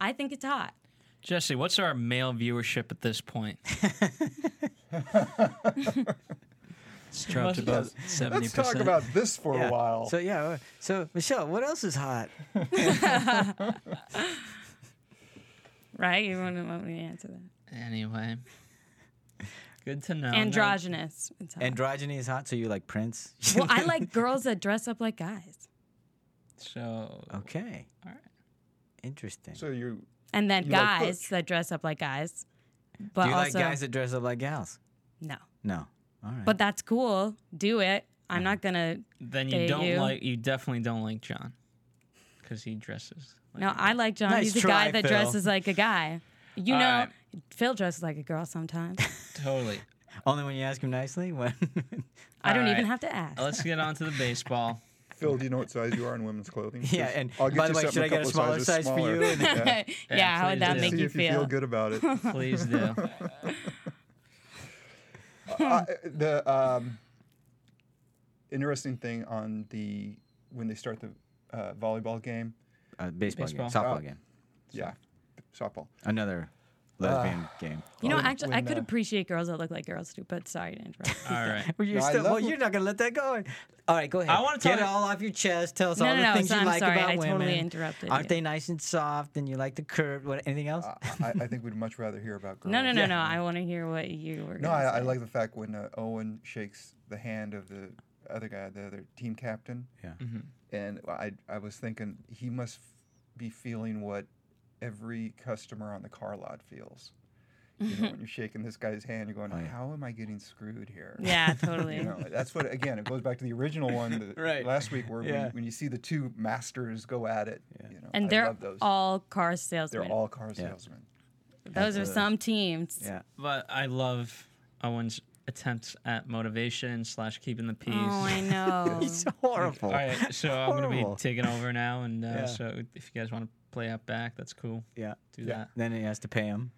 Speaker 4: I think it's hot.
Speaker 5: Jesse, what's our male viewership at this
Speaker 4: <laughs>
Speaker 5: point? it's dropped about seventy
Speaker 6: let's talk
Speaker 5: percent.
Speaker 6: about this for a while.
Speaker 3: So yeah, uh, so Michelle, what else is hot?
Speaker 4: Right? You want to want me to answer
Speaker 3: Um,
Speaker 4: that.
Speaker 5: anyway. Good to know.
Speaker 4: Androgynous. It's hot.
Speaker 3: Androgyny is hot, so you like Prince.
Speaker 4: <laughs> well, I like girls that dress up like guys.
Speaker 5: No, so
Speaker 3: <laughs> okay,
Speaker 5: all right.
Speaker 3: interesting.
Speaker 6: So you
Speaker 3: <laughs>
Speaker 4: And then
Speaker 6: You like
Speaker 4: guys
Speaker 6: butch.
Speaker 4: that dress up like guys. But
Speaker 3: do you like
Speaker 4: also
Speaker 3: guys that dress up like gals?
Speaker 4: no.
Speaker 3: No. All right.
Speaker 4: But that's cool. Do it. I'm not going to
Speaker 5: Then you
Speaker 4: Date
Speaker 5: don't
Speaker 4: you.
Speaker 5: like. You definitely don't like John, because he dresses. Like
Speaker 4: No, I like John.
Speaker 3: Nice
Speaker 4: He's a
Speaker 3: try,
Speaker 4: guy that
Speaker 3: Phil.
Speaker 4: dresses like a guy. You
Speaker 5: All
Speaker 4: know,
Speaker 5: right.
Speaker 4: Phil dresses like a girl sometimes.
Speaker 5: totally.
Speaker 3: Only when you ask him nicely. When <laughs>
Speaker 4: I don't
Speaker 5: All right.
Speaker 4: even
Speaker 5: Oh,
Speaker 4: have to ask.
Speaker 5: Let's get on to the baseball.
Speaker 6: Phil, do you know what size you are in women's clothing?
Speaker 3: <laughs> Yeah,
Speaker 6: 'Cause
Speaker 3: and
Speaker 6: I'll get
Speaker 3: by
Speaker 6: you
Speaker 3: the way, should
Speaker 6: something
Speaker 3: I get a
Speaker 6: couple
Speaker 3: smaller
Speaker 6: sizes
Speaker 3: size for
Speaker 6: smaller.
Speaker 3: you? And-
Speaker 6: yeah.
Speaker 4: <laughs> yeah, how would
Speaker 5: please
Speaker 4: <laughs> that
Speaker 5: do.
Speaker 4: make
Speaker 6: See
Speaker 4: you
Speaker 6: if you feel
Speaker 4: feel?
Speaker 6: good
Speaker 4: <laughs>
Speaker 6: about it.
Speaker 5: Please do.
Speaker 6: I- the um, interesting thing on the when they start the uh, volleyball game,
Speaker 3: uh, baseball, game,
Speaker 5: Baseball.
Speaker 3: softball
Speaker 6: Oh.
Speaker 3: game,
Speaker 6: yeah, softball.
Speaker 3: another lesbian game.
Speaker 4: You know,
Speaker 6: When-
Speaker 4: actually, I
Speaker 6: when,
Speaker 4: could
Speaker 6: uh,
Speaker 4: appreciate girls that look like girls too, but sorry to interrupt.
Speaker 5: All right.
Speaker 3: Well, you're
Speaker 6: No, I
Speaker 3: still,
Speaker 6: love
Speaker 3: well,
Speaker 6: wh-
Speaker 3: you're not gonna let that go. All right, go ahead.
Speaker 5: I wanna
Speaker 3: get
Speaker 5: tell
Speaker 3: it
Speaker 5: you-
Speaker 3: all off your chest. Tell us
Speaker 4: No,
Speaker 3: all
Speaker 4: no,
Speaker 3: the
Speaker 4: no,
Speaker 3: things
Speaker 4: so
Speaker 3: you
Speaker 4: I'm
Speaker 3: like
Speaker 4: sorry,
Speaker 3: about
Speaker 4: I
Speaker 3: women.
Speaker 4: totally interrupted
Speaker 3: Aren't
Speaker 4: you.
Speaker 3: they nice and soft? And you like the curve? What? Anything else?
Speaker 6: I, I think we'd much rather hear about girls.
Speaker 4: No, no, no, no. I want to hear what you were.
Speaker 6: No,
Speaker 4: gonna
Speaker 6: I, I
Speaker 4: say.
Speaker 6: like the fact when uh, Owen shakes the hand of the other guy, the other team captain.
Speaker 3: Yeah.
Speaker 4: Mm-hmm.
Speaker 6: And I, I was thinking he must f- be feeling what every customer on the car lot feels. You
Speaker 4: <laughs>
Speaker 6: know, when you're shaking this guy's hand, you're going, "How am I getting screwed here?"
Speaker 4: Yeah, totally.
Speaker 6: You know, that's what again. It goes back to the original one
Speaker 4: <laughs>
Speaker 6: that
Speaker 3: Right.
Speaker 6: last week, where
Speaker 3: Yeah.
Speaker 6: when, when you see the two masters go at it. You know,
Speaker 4: and
Speaker 6: I
Speaker 4: they're
Speaker 6: love those.
Speaker 4: all car
Speaker 6: they're
Speaker 4: salesmen.
Speaker 6: all car salesmen.
Speaker 4: Those are some teams.
Speaker 3: Yeah.
Speaker 5: But I love Owen's attempts at motivation slash keeping the peace.
Speaker 4: Oh, I know.
Speaker 3: <laughs> It's horrible. <laughs>
Speaker 5: All right, so I'm gonna be
Speaker 3: Horrible.
Speaker 5: taking over now, and uh,
Speaker 3: Yeah.
Speaker 5: so if you guys want to play out back, that's cool.
Speaker 3: Yeah.
Speaker 5: Do that.
Speaker 3: Then he has to pay him.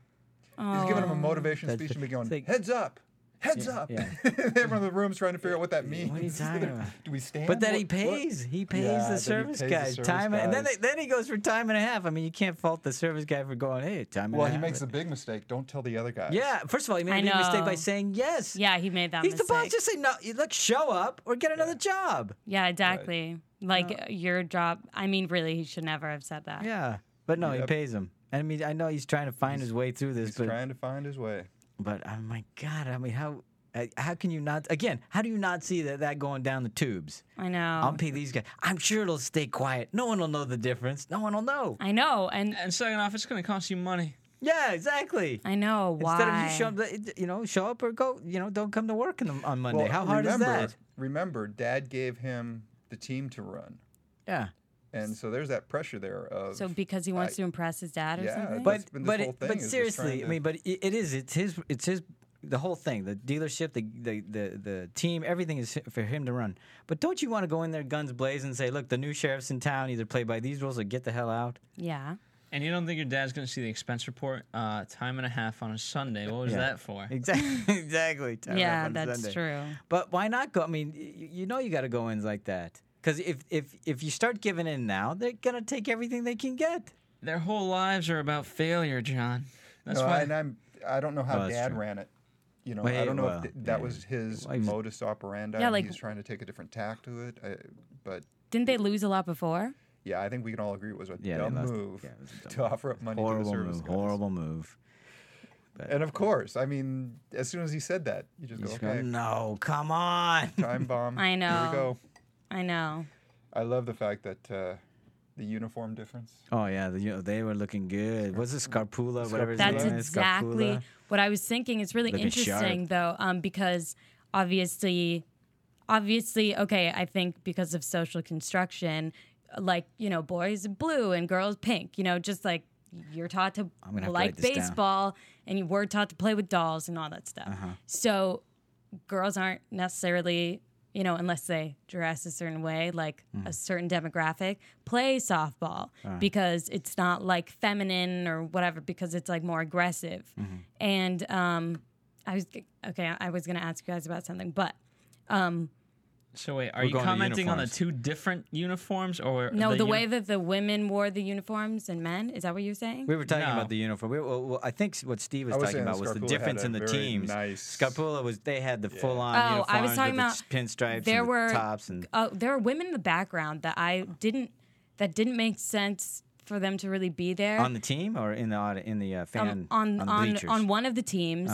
Speaker 6: He's giving him a motivation
Speaker 3: Oh, That's
Speaker 6: speech
Speaker 3: the-
Speaker 6: and be going,
Speaker 3: it's like-
Speaker 6: heads up, heads up. <laughs>
Speaker 3: yeah.
Speaker 6: Everyone in the room's trying to figure out what that means.
Speaker 3: What are you
Speaker 6: <laughs>
Speaker 3: talking about?
Speaker 6: Do we stand?
Speaker 3: But then
Speaker 6: What-
Speaker 3: he
Speaker 6: what-
Speaker 3: pays. He pays
Speaker 6: Yeah, then
Speaker 3: the
Speaker 6: he
Speaker 3: service
Speaker 6: pays the
Speaker 3: guy
Speaker 6: service
Speaker 3: time, and then they,
Speaker 6: guys.
Speaker 3: then he goes for time and a half. I mean, you can't fault the service guy for going, hey, time
Speaker 6: Well,
Speaker 3: and a
Speaker 6: he
Speaker 3: half.
Speaker 6: makes a big mistake. Don't tell the other guy.
Speaker 3: Yeah. First of all, he made
Speaker 4: I
Speaker 3: a big mistake by
Speaker 4: know.
Speaker 3: saying yes.
Speaker 4: Yeah, he made that
Speaker 3: He's
Speaker 4: mistake.
Speaker 3: the boss. Just say no. You Look, show up or get another job.
Speaker 4: yeah, exactly. Like uh, your job. I mean, really, he should never have said that.
Speaker 3: Yeah. But no, he
Speaker 6: Yep.
Speaker 3: pays him. I mean, I know he's trying to find his way through this,
Speaker 6: He's
Speaker 3: but
Speaker 6: trying to find his way.
Speaker 3: but oh my god, I mean, how uh, how can you not? Again, how do you not see that that going down the tubes?
Speaker 4: I know.
Speaker 6: Um,
Speaker 3: I'll pay these guys. I'm sure it'll stay quiet. No one will know the difference. No one will know.
Speaker 4: I know, and
Speaker 5: And second off, it's gonna cost you money.
Speaker 3: Yeah, exactly.
Speaker 4: I know why.
Speaker 3: Instead of you show up, it- you know, show up or go, you know, don't come to work in the, on Monday.
Speaker 6: Well,
Speaker 3: how hard
Speaker 6: remember,
Speaker 3: is that?
Speaker 6: Remember, Dad gave him the team to run.
Speaker 3: Yeah.
Speaker 6: And so there's that pressure there of.
Speaker 4: So because he wants to impress his dad or
Speaker 6: Yeah,
Speaker 4: something?
Speaker 6: but-
Speaker 3: but
Speaker 6: That's been this
Speaker 3: but,
Speaker 6: whole
Speaker 3: it-
Speaker 6: thing
Speaker 3: but
Speaker 6: is just
Speaker 3: seriously,
Speaker 6: trying
Speaker 3: I mean, but it, it is it's his it's his the whole thing, the dealership, the the the, the team, everything is for him to run. But don't you want to go in there guns blazing and say, look, the new sheriff's in town, either play by these rules or get the hell out? <laughs>
Speaker 4: yeah.
Speaker 5: And you don't think your dad's going to see the expense report? Uh, time and a half on a Sunday. What was
Speaker 3: Yeah.
Speaker 5: that for?
Speaker 3: Exactly. <laughs> exactly. Turn up
Speaker 4: yeah,
Speaker 3: on
Speaker 4: that's
Speaker 3: Sunday.
Speaker 4: true.
Speaker 3: But why not go? I mean, y- y- you know, you got to go in like that because if if if you start giving in now, they're gonna take everything they can get.
Speaker 5: Their whole lives are about failure, John. That's
Speaker 6: No,
Speaker 5: why.
Speaker 6: and I'm I don't know how
Speaker 3: Well, Oh, that's
Speaker 6: Dad
Speaker 3: true.
Speaker 6: ran it. You know,
Speaker 3: Well,
Speaker 6: I don't know
Speaker 3: well,
Speaker 6: if th- that
Speaker 3: yeah.
Speaker 6: was his
Speaker 3: Well, he was-
Speaker 6: modus operandi.
Speaker 4: Yeah,
Speaker 6: and
Speaker 4: like-
Speaker 6: he's trying to take a different tack to it. I, but
Speaker 4: Didn't they lose a lot before?
Speaker 6: yeah, I think we can all agree it was a
Speaker 3: Yeah, they
Speaker 6: dumb
Speaker 3: lost-
Speaker 6: move
Speaker 3: yeah, it was a dumb
Speaker 6: to
Speaker 3: move.
Speaker 6: offer up money to the
Speaker 3: horrible
Speaker 6: service
Speaker 3: move.
Speaker 6: guys.
Speaker 3: Horrible move.
Speaker 6: And of course, I mean, as soon as he said that, you just
Speaker 3: You
Speaker 6: go,
Speaker 3: just go,
Speaker 6: okay,
Speaker 3: no, come on.
Speaker 6: <laughs> time bomb.
Speaker 4: I
Speaker 6: Here
Speaker 4: know.
Speaker 6: we go.
Speaker 4: I know.
Speaker 6: I love the fact that uh, the uniform difference.
Speaker 3: Oh yeah, the, you know, they were looking good. Was it Scarpula? Whatever. his
Speaker 4: That's
Speaker 3: name is,
Speaker 4: exactly
Speaker 3: Scarpula.
Speaker 4: what I was thinking. It's really
Speaker 3: Looking sharp.
Speaker 4: interesting though, um, because obviously, obviously, okay, I think because of social construction, like you know, boys are blue and girls pink. You know, just like you're taught to
Speaker 3: gonna have to
Speaker 4: like
Speaker 3: write this down.
Speaker 4: baseball, and you were taught to play with dolls and all that stuff.
Speaker 3: Uh-huh.
Speaker 4: So girls aren't necessarily, you know, unless they dress a certain way, like
Speaker 3: Hmm.
Speaker 4: a certain demographic, play softball
Speaker 3: Uh-huh.
Speaker 4: because it's not like feminine or whatever, because it's like more aggressive.
Speaker 3: Mm-hmm.
Speaker 4: And um, I was, g- okay, I was going to ask you guys about something, but
Speaker 5: so wait, are
Speaker 3: We're
Speaker 5: you
Speaker 3: going to
Speaker 5: commenting on the
Speaker 3: uniforms.
Speaker 5: two different uniforms, or
Speaker 4: no, the,
Speaker 5: uni-
Speaker 4: way that the women wore the uniforms and men, is that what you're saying?
Speaker 3: We were talking
Speaker 5: No.
Speaker 3: about the uniform. We, well, well, I think s- what Steve was,
Speaker 6: I was
Speaker 3: talking
Speaker 6: saying
Speaker 3: about was the
Speaker 6: Scarpula had
Speaker 3: difference
Speaker 6: a
Speaker 3: in the
Speaker 6: very
Speaker 3: teams.
Speaker 6: nice-
Speaker 3: Scarpula was they had the full on
Speaker 4: Oh,
Speaker 3: uniforms
Speaker 4: I was talking
Speaker 3: with
Speaker 4: about
Speaker 3: the s- pinstripes
Speaker 4: there
Speaker 3: and the
Speaker 4: were
Speaker 3: tops and
Speaker 4: uh, there were women in the background that I didn't that didn't make sense for them to really be there.
Speaker 3: on the team or in the audi- in the uh, fan
Speaker 4: um, on
Speaker 3: the
Speaker 4: on
Speaker 3: bleachers?
Speaker 4: on one of the teams,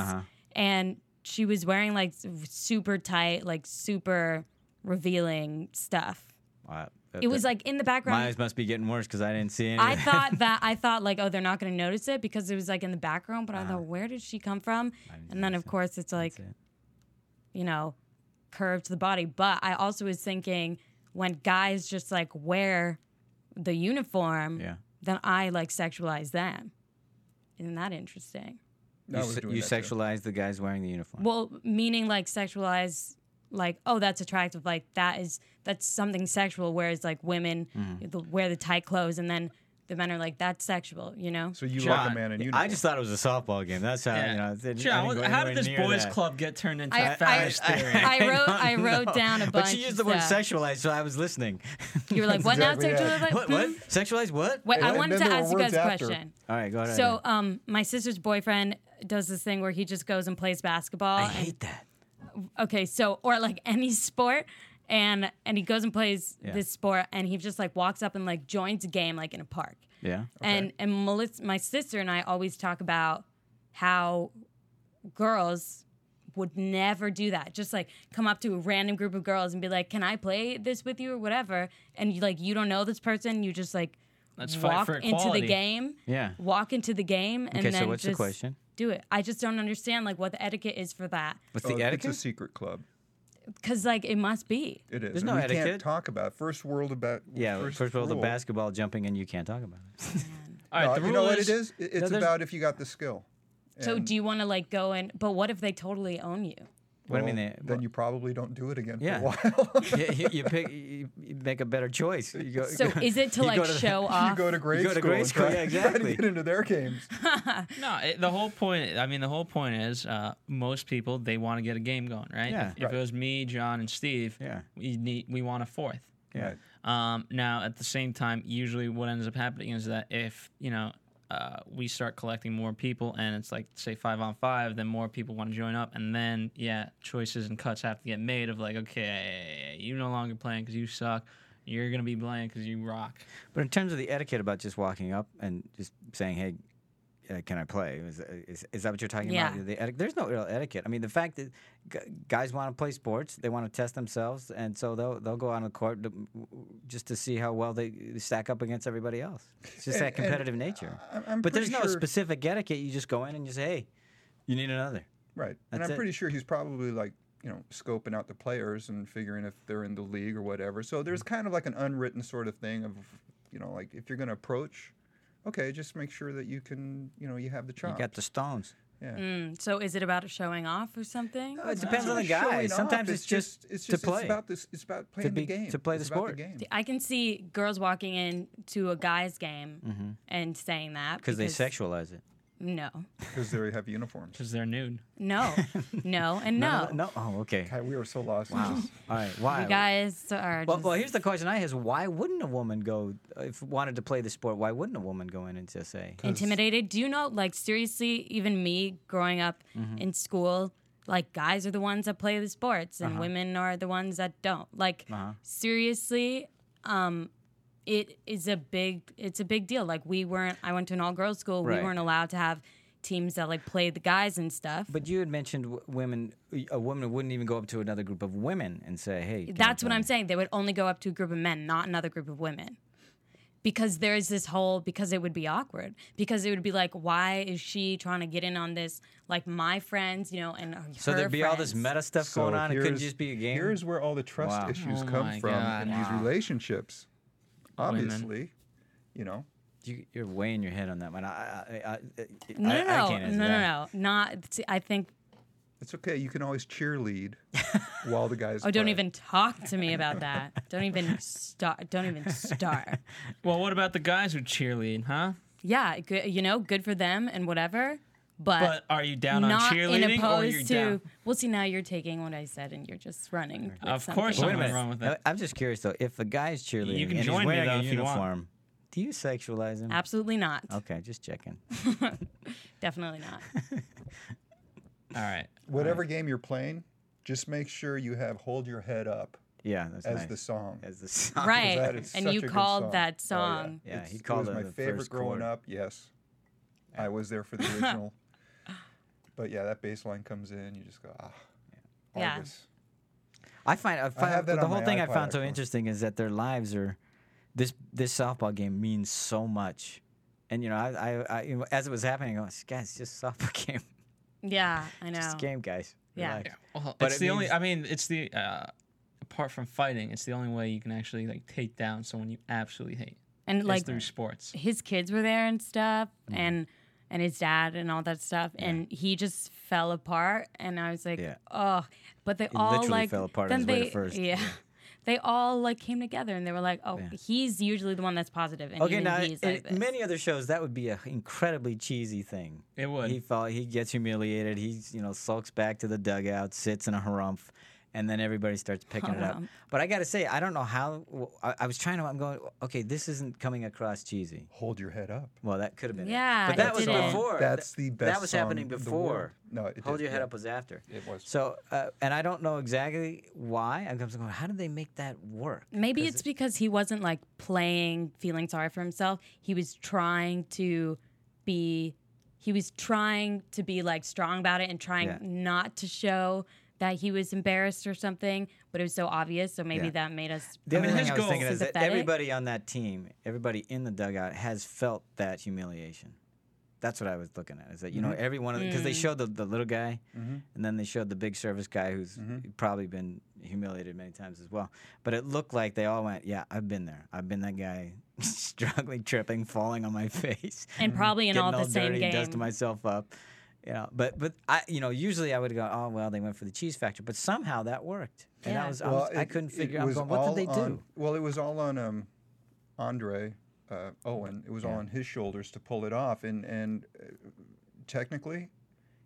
Speaker 4: and she was wearing like s- super tight, like super revealing stuff.
Speaker 3: Wow.
Speaker 4: It was like in the background.
Speaker 3: my eyes must be getting worse because I didn't see any. <laughs>
Speaker 4: I thought that I thought like, oh, they're not going to notice it because it was like in the background. But I
Speaker 3: Ah.
Speaker 4: thought, where did she come from? And then of course it's like,
Speaker 3: it.
Speaker 4: you know, curved to the body. But I also was thinking when guys just like wear the uniform,
Speaker 3: Yeah.
Speaker 4: then I like sexualize them. Isn't that interesting?
Speaker 6: I
Speaker 3: you
Speaker 6: was
Speaker 3: se-
Speaker 6: doing
Speaker 3: you
Speaker 6: that too.
Speaker 3: sexualized the guys wearing the uniform.
Speaker 4: Well, meaning like sexualize, like oh that's attractive, like that is that's something sexual. Whereas like women
Speaker 3: Mm-hmm.
Speaker 4: the, wear the tight clothes, and then the men are like that's sexual, you know?
Speaker 6: So you like
Speaker 5: John,
Speaker 6: a man in uniform.
Speaker 3: I just thought it was a softball game. That's how
Speaker 5: Yeah.
Speaker 3: you know. it didn't- I
Speaker 5: John,
Speaker 3: didn't
Speaker 5: what-
Speaker 3: go
Speaker 5: how did
Speaker 3: anywhere
Speaker 5: this
Speaker 3: near
Speaker 5: boys
Speaker 3: that.
Speaker 5: club get turned into
Speaker 4: I-
Speaker 5: a feminist
Speaker 4: I-
Speaker 5: theory?
Speaker 3: <laughs>
Speaker 4: I wrote-
Speaker 3: don't
Speaker 4: I wrote
Speaker 3: know.
Speaker 4: down a
Speaker 3: But she
Speaker 4: bunch
Speaker 3: used
Speaker 4: of
Speaker 3: the word
Speaker 4: stuff.
Speaker 3: sexualized, so I was listening.
Speaker 4: You were like,
Speaker 3: <laughs>
Speaker 4: what now?
Speaker 6: exactly
Speaker 4: Sexual?
Speaker 6: it.
Speaker 4: Like,
Speaker 3: what? What?
Speaker 4: hmm?
Speaker 3: Sexualized? What?
Speaker 4: Wait,
Speaker 6: And
Speaker 4: I
Speaker 6: then
Speaker 4: wanted to
Speaker 6: there were
Speaker 4: ask you guys
Speaker 6: words
Speaker 4: a
Speaker 6: after.
Speaker 4: question.
Speaker 3: All right, go ahead.
Speaker 4: So, um, my sister's boyfriend does this thing where he just goes and plays basketball.
Speaker 3: I
Speaker 4: and-
Speaker 3: hate that.
Speaker 4: okay, so or like any sport, and and he goes and plays this sport, and he just like walks up and like joins a game like in a park.
Speaker 3: Yeah.
Speaker 4: And and Melissa, my sister and I always talk about how girls would never do that. Just like come up to a random group of girls and be like, "Can I play this with you or whatever?" And you like you don't know this person, you just like
Speaker 5: Let's fight
Speaker 4: walk
Speaker 5: for
Speaker 4: into the
Speaker 5: equality.
Speaker 4: game.
Speaker 3: Yeah.
Speaker 4: Walk into the game and
Speaker 3: Okay, so
Speaker 4: then
Speaker 3: what's the
Speaker 4: just
Speaker 3: question?
Speaker 4: do it. I just don't understand like what the etiquette is for that
Speaker 3: What's
Speaker 6: Oh,
Speaker 3: the
Speaker 6: It's a
Speaker 3: etiquette?
Speaker 6: secret club.
Speaker 4: cuz like it must be.
Speaker 6: It is.
Speaker 3: There's
Speaker 6: and
Speaker 3: no
Speaker 6: we
Speaker 3: etiquette.
Speaker 6: can't talk about it. first world about
Speaker 3: Yeah,
Speaker 6: first,
Speaker 3: first, world of
Speaker 6: rule.
Speaker 3: basketball jumping, and you can't talk about it.
Speaker 5: All
Speaker 6: No,
Speaker 5: right, the
Speaker 6: you
Speaker 5: rule
Speaker 6: know what
Speaker 5: is,
Speaker 6: it is? It- It's
Speaker 3: there's-
Speaker 6: about if you got the skill.
Speaker 4: So do you want to like go and but what if they totally own you?
Speaker 3: What do
Speaker 6: Well,
Speaker 3: you mean? They,
Speaker 6: then you probably don't do it again
Speaker 3: Yeah.
Speaker 6: for a while.
Speaker 3: <laughs>
Speaker 6: <laughs>
Speaker 3: yeah, <laughs> you, you pick, you you make a better choice. You go, <laughs>
Speaker 4: So is it to
Speaker 3: you
Speaker 4: like
Speaker 3: go to the-
Speaker 4: show off?
Speaker 6: <laughs> you go to grade
Speaker 3: go to
Speaker 6: school.
Speaker 3: grade
Speaker 6: and
Speaker 3: school,
Speaker 6: try-
Speaker 3: yeah,
Speaker 6: <laughs> try to
Speaker 3: exactly.
Speaker 6: get into their games.
Speaker 5: No, it, the whole point. I mean, the whole point is uh, most people they want to get a game going, right?
Speaker 3: Yeah.
Speaker 5: If, if it was me, John, and Steve,
Speaker 3: Yeah.
Speaker 5: we need we want a fourth.
Speaker 3: Yeah.
Speaker 6: Right.
Speaker 5: Um, now, at the same time, usually what ends up happening is that if you know uh, we start collecting more people, and it's like say five on five, then more people want to join up, and then yeah, choices and cuts have to get made of like, okay, you no longer playing because you suck. You're gonna be playing because you rock.
Speaker 3: But in terms of the etiquette about just walking up and just saying, "Hey, uh, can I play?" Is, is, is that what you're talking
Speaker 4: Yeah.
Speaker 3: about? The eti- there's no real etiquette. I mean, the fact that g- guys want to play sports, they want to test themselves, and so they'll they'll go out on the court to, just to see how well they stack up against everybody else. It's just that
Speaker 6: And- and
Speaker 3: competitive nature.
Speaker 6: I- I'm
Speaker 3: but there's
Speaker 6: pretty
Speaker 3: no
Speaker 6: sure-
Speaker 3: specific etiquette. You just go in and you say, "Hey, you need another."
Speaker 6: Right. and
Speaker 3: That's
Speaker 6: I'm
Speaker 3: it.
Speaker 6: pretty sure he's probably like, you know, scoping out the players and figuring if they're in the league or whatever. So there's
Speaker 3: Mm-hmm.
Speaker 6: kind of like an unwritten sort of thing of, you know, like if you're going to approach, okay, just make sure that you can, you know, you have the chops.
Speaker 3: You got the stones.
Speaker 6: Yeah.
Speaker 4: Mm, so is it about showing off or something?
Speaker 3: it depends on the
Speaker 6: It's Uh, not
Speaker 3: guy.
Speaker 6: showing off,
Speaker 3: Sometimes it's just
Speaker 6: it's
Speaker 3: to
Speaker 6: just
Speaker 3: play.
Speaker 6: It's about this. It's about playing
Speaker 3: be-
Speaker 6: the game.
Speaker 3: to play the
Speaker 6: It's about
Speaker 3: sport.
Speaker 6: game.
Speaker 4: I can see girls walking in to a guy's game and saying that
Speaker 3: because Mm-hmm. they sexualize it.
Speaker 4: No,
Speaker 6: <laughs> because they have uniforms.
Speaker 5: because they're nude.
Speaker 4: no,
Speaker 3: <laughs>
Speaker 4: no, and no.
Speaker 3: no. Oh, okay.
Speaker 6: God, we were so lost. <laughs>
Speaker 3: Wow. All right. Why?
Speaker 4: You guys are
Speaker 3: Well,
Speaker 4: just,
Speaker 3: well, here's the question I have: is Why wouldn't a woman go if wanted to play the sport? Why wouldn't a woman go in and just say?
Speaker 4: intimidated. Do you know, like, seriously, even me growing up in school, like, guys are the ones that play the sports and women are the ones that don't. Like, seriously, um, it is a big, it's a big deal. Like, we weren't, I went to an all girls school,
Speaker 3: Right.
Speaker 4: we weren't allowed to have teams that, like, played the guys and stuff.
Speaker 3: But you had mentioned w- women. A woman wouldn't even go up to another group of women and say, "Hey." can you
Speaker 4: That's what
Speaker 3: play?"
Speaker 4: I'm saying. They would only go up to a group of men, not another group of women. Because there is this whole because it would be awkward. Because it would be like, why is she trying to get in on this? Like my friends, you know, and her
Speaker 3: So there'd be all this
Speaker 4: friends.
Speaker 3: meta stuff
Speaker 6: So
Speaker 3: going on. It couldn't
Speaker 6: here's-
Speaker 3: just be a game.
Speaker 6: Here's where all the trust
Speaker 3: Wow.
Speaker 6: issues
Speaker 5: Oh
Speaker 6: come
Speaker 5: my
Speaker 6: from
Speaker 5: God.
Speaker 6: in these relationships.
Speaker 5: Women.
Speaker 6: Obviously, you know.
Speaker 3: you, you're way in your head on that one. I, I, I, I,
Speaker 4: No,
Speaker 3: I,
Speaker 4: no, no,
Speaker 3: I can't answer
Speaker 4: no,
Speaker 3: that.
Speaker 4: no, no, not. see, I think.
Speaker 6: It's okay. You can always
Speaker 4: <laughs>
Speaker 6: cheerlead while the guys.
Speaker 4: Oh, don't
Speaker 6: play.
Speaker 4: even talk to me about that. Don't even start. Don't even start.
Speaker 5: Well, what about the guys who cheerlead, huh?
Speaker 4: Yeah, good, you know, good for them and whatever. But,
Speaker 5: But are you down on
Speaker 4: not in
Speaker 5: cheerleading or
Speaker 4: opposed
Speaker 5: you're
Speaker 4: to?
Speaker 5: down?
Speaker 4: Well, see, now you're taking what I said and you're just running. with
Speaker 5: Of course
Speaker 3: But wait a
Speaker 4: something
Speaker 5: Nothing
Speaker 3: minute.
Speaker 5: wrong with
Speaker 3: I-
Speaker 5: it.
Speaker 3: I'm just curious though. If a guy's cheerleading
Speaker 5: can
Speaker 3: and
Speaker 5: join
Speaker 3: he's
Speaker 5: me,
Speaker 3: wearing
Speaker 5: though,
Speaker 3: a
Speaker 5: if you want.
Speaker 3: uniform, do you sexualize him?
Speaker 4: Absolutely not.
Speaker 3: Okay, just checking.
Speaker 4: Definitely not.
Speaker 3: <laughs>
Speaker 5: All right.
Speaker 6: Whatever game you're playing, just make sure you have "Hold Your Head Up"
Speaker 3: Yeah, that's
Speaker 6: as
Speaker 3: nice.
Speaker 6: the song.
Speaker 3: as the <laughs> song.
Speaker 6: That
Speaker 4: right.
Speaker 6: is
Speaker 4: And
Speaker 6: such
Speaker 4: you
Speaker 6: a good
Speaker 4: called
Speaker 6: song.
Speaker 4: that
Speaker 6: Oh, yeah.
Speaker 4: song.
Speaker 3: Yeah,
Speaker 6: It's-
Speaker 3: he called
Speaker 6: it was
Speaker 3: it
Speaker 6: my
Speaker 3: the
Speaker 6: favorite
Speaker 3: first
Speaker 6: growing
Speaker 3: chord.
Speaker 6: up. Yes, I was
Speaker 3: <laughs>
Speaker 6: there for the original. but yeah, that bass line comes in. You just go ah.
Speaker 4: Yeah.
Speaker 6: Argus.
Speaker 3: I find, I find
Speaker 6: have that
Speaker 3: the
Speaker 6: on
Speaker 3: whole
Speaker 6: my
Speaker 3: thing I
Speaker 6: iPod,
Speaker 3: found so
Speaker 6: actually.
Speaker 3: interesting is that their lives are this this softball game means so much, and you know I I, I you know, as it was happening, I was guys, it's just a softball <laughs> game,
Speaker 4: Yeah, I know.
Speaker 3: just a game, guys.
Speaker 4: Yeah.
Speaker 3: Relax."
Speaker 5: Well,
Speaker 3: But
Speaker 5: it's
Speaker 3: it
Speaker 5: the only.
Speaker 3: means-
Speaker 5: I mean, it's the uh, apart from fighting, it's the only way you can actually like take down someone you absolutely hate.
Speaker 4: And
Speaker 5: It's
Speaker 4: like
Speaker 5: through sports.
Speaker 4: his kids were there and stuff
Speaker 3: Mm-hmm.
Speaker 4: and and his dad and all that stuff and he just fell apart and I was like,
Speaker 3: Yeah.
Speaker 4: "Oh." But they all
Speaker 3: literally
Speaker 4: like
Speaker 3: fell apart on
Speaker 4: then
Speaker 3: his way to
Speaker 4: they-
Speaker 3: first.
Speaker 4: Yeah. <laughs> They all like came together and they were like, "Oh, he's usually the one that's positive and
Speaker 3: Okay,
Speaker 4: even
Speaker 3: now
Speaker 4: he's
Speaker 3: in
Speaker 4: like this."
Speaker 3: many other shows that would be an incredibly cheesy thing.
Speaker 5: It would.
Speaker 3: He fall, he gets humiliated. He you know sulks back to the dugout, sits in a harumph, and then everybody starts picking it up.
Speaker 4: Harumph.
Speaker 3: But I got to say, I don't know how. I, I was trying to. I'm going. Okay, this isn't coming across cheesy.
Speaker 6: Hold your head up.
Speaker 3: Well, that could have been. it.
Speaker 4: Yeah,
Speaker 3: but that
Speaker 4: it
Speaker 3: was
Speaker 4: didn't.
Speaker 3: before.
Speaker 6: That's
Speaker 3: Th-
Speaker 6: the best
Speaker 3: That was
Speaker 6: song
Speaker 3: happening
Speaker 6: in the
Speaker 3: before.
Speaker 6: world. No, it
Speaker 3: Hold
Speaker 6: did,
Speaker 3: your head
Speaker 6: yeah.
Speaker 3: up was after.
Speaker 6: It was.
Speaker 3: So, uh, and I don't know exactly why. I'm just going. How did they make that work?
Speaker 4: Maybe it's because he wasn't like playing, feeling sorry for himself. He was trying to be, he was trying to be like strong about it and trying
Speaker 3: Yeah.
Speaker 4: not to show that he was embarrassed or something. But it was so obvious, so maybe
Speaker 3: Yeah.
Speaker 4: that made us.
Speaker 3: The other
Speaker 5: mean,
Speaker 3: thing
Speaker 5: his
Speaker 3: I was
Speaker 5: goal-
Speaker 3: thinking is that
Speaker 4: Sympathetic.
Speaker 3: everybody on that team, everybody in the dugout, has felt that humiliation. That's what I was looking at. Is that you know
Speaker 5: Mm-hmm.
Speaker 3: every one of because they showed the, the little guy, and then they showed the big service guy who's
Speaker 5: Mm-hmm.
Speaker 3: probably been humiliated many times as well. But it looked like they all went, "Yeah, I've been there. I've been that guy, <laughs> struggling, tripping, falling on my <laughs> face,
Speaker 4: and probably in
Speaker 3: getting
Speaker 4: all the same
Speaker 3: dirty,
Speaker 4: game.
Speaker 3: dusting myself up." You know, but but I you know usually I would go, "Oh well, they went for the cheese factor," but somehow that worked, and I
Speaker 4: Yeah.
Speaker 3: was, I, was- I
Speaker 6: it-
Speaker 3: couldn't
Speaker 6: it
Speaker 3: figure. out
Speaker 6: was
Speaker 3: what did they
Speaker 6: all
Speaker 3: do?
Speaker 6: on- well, it was all on um, Andre uh, Owen. It was all on his shoulders to pull it off, and and uh, technically,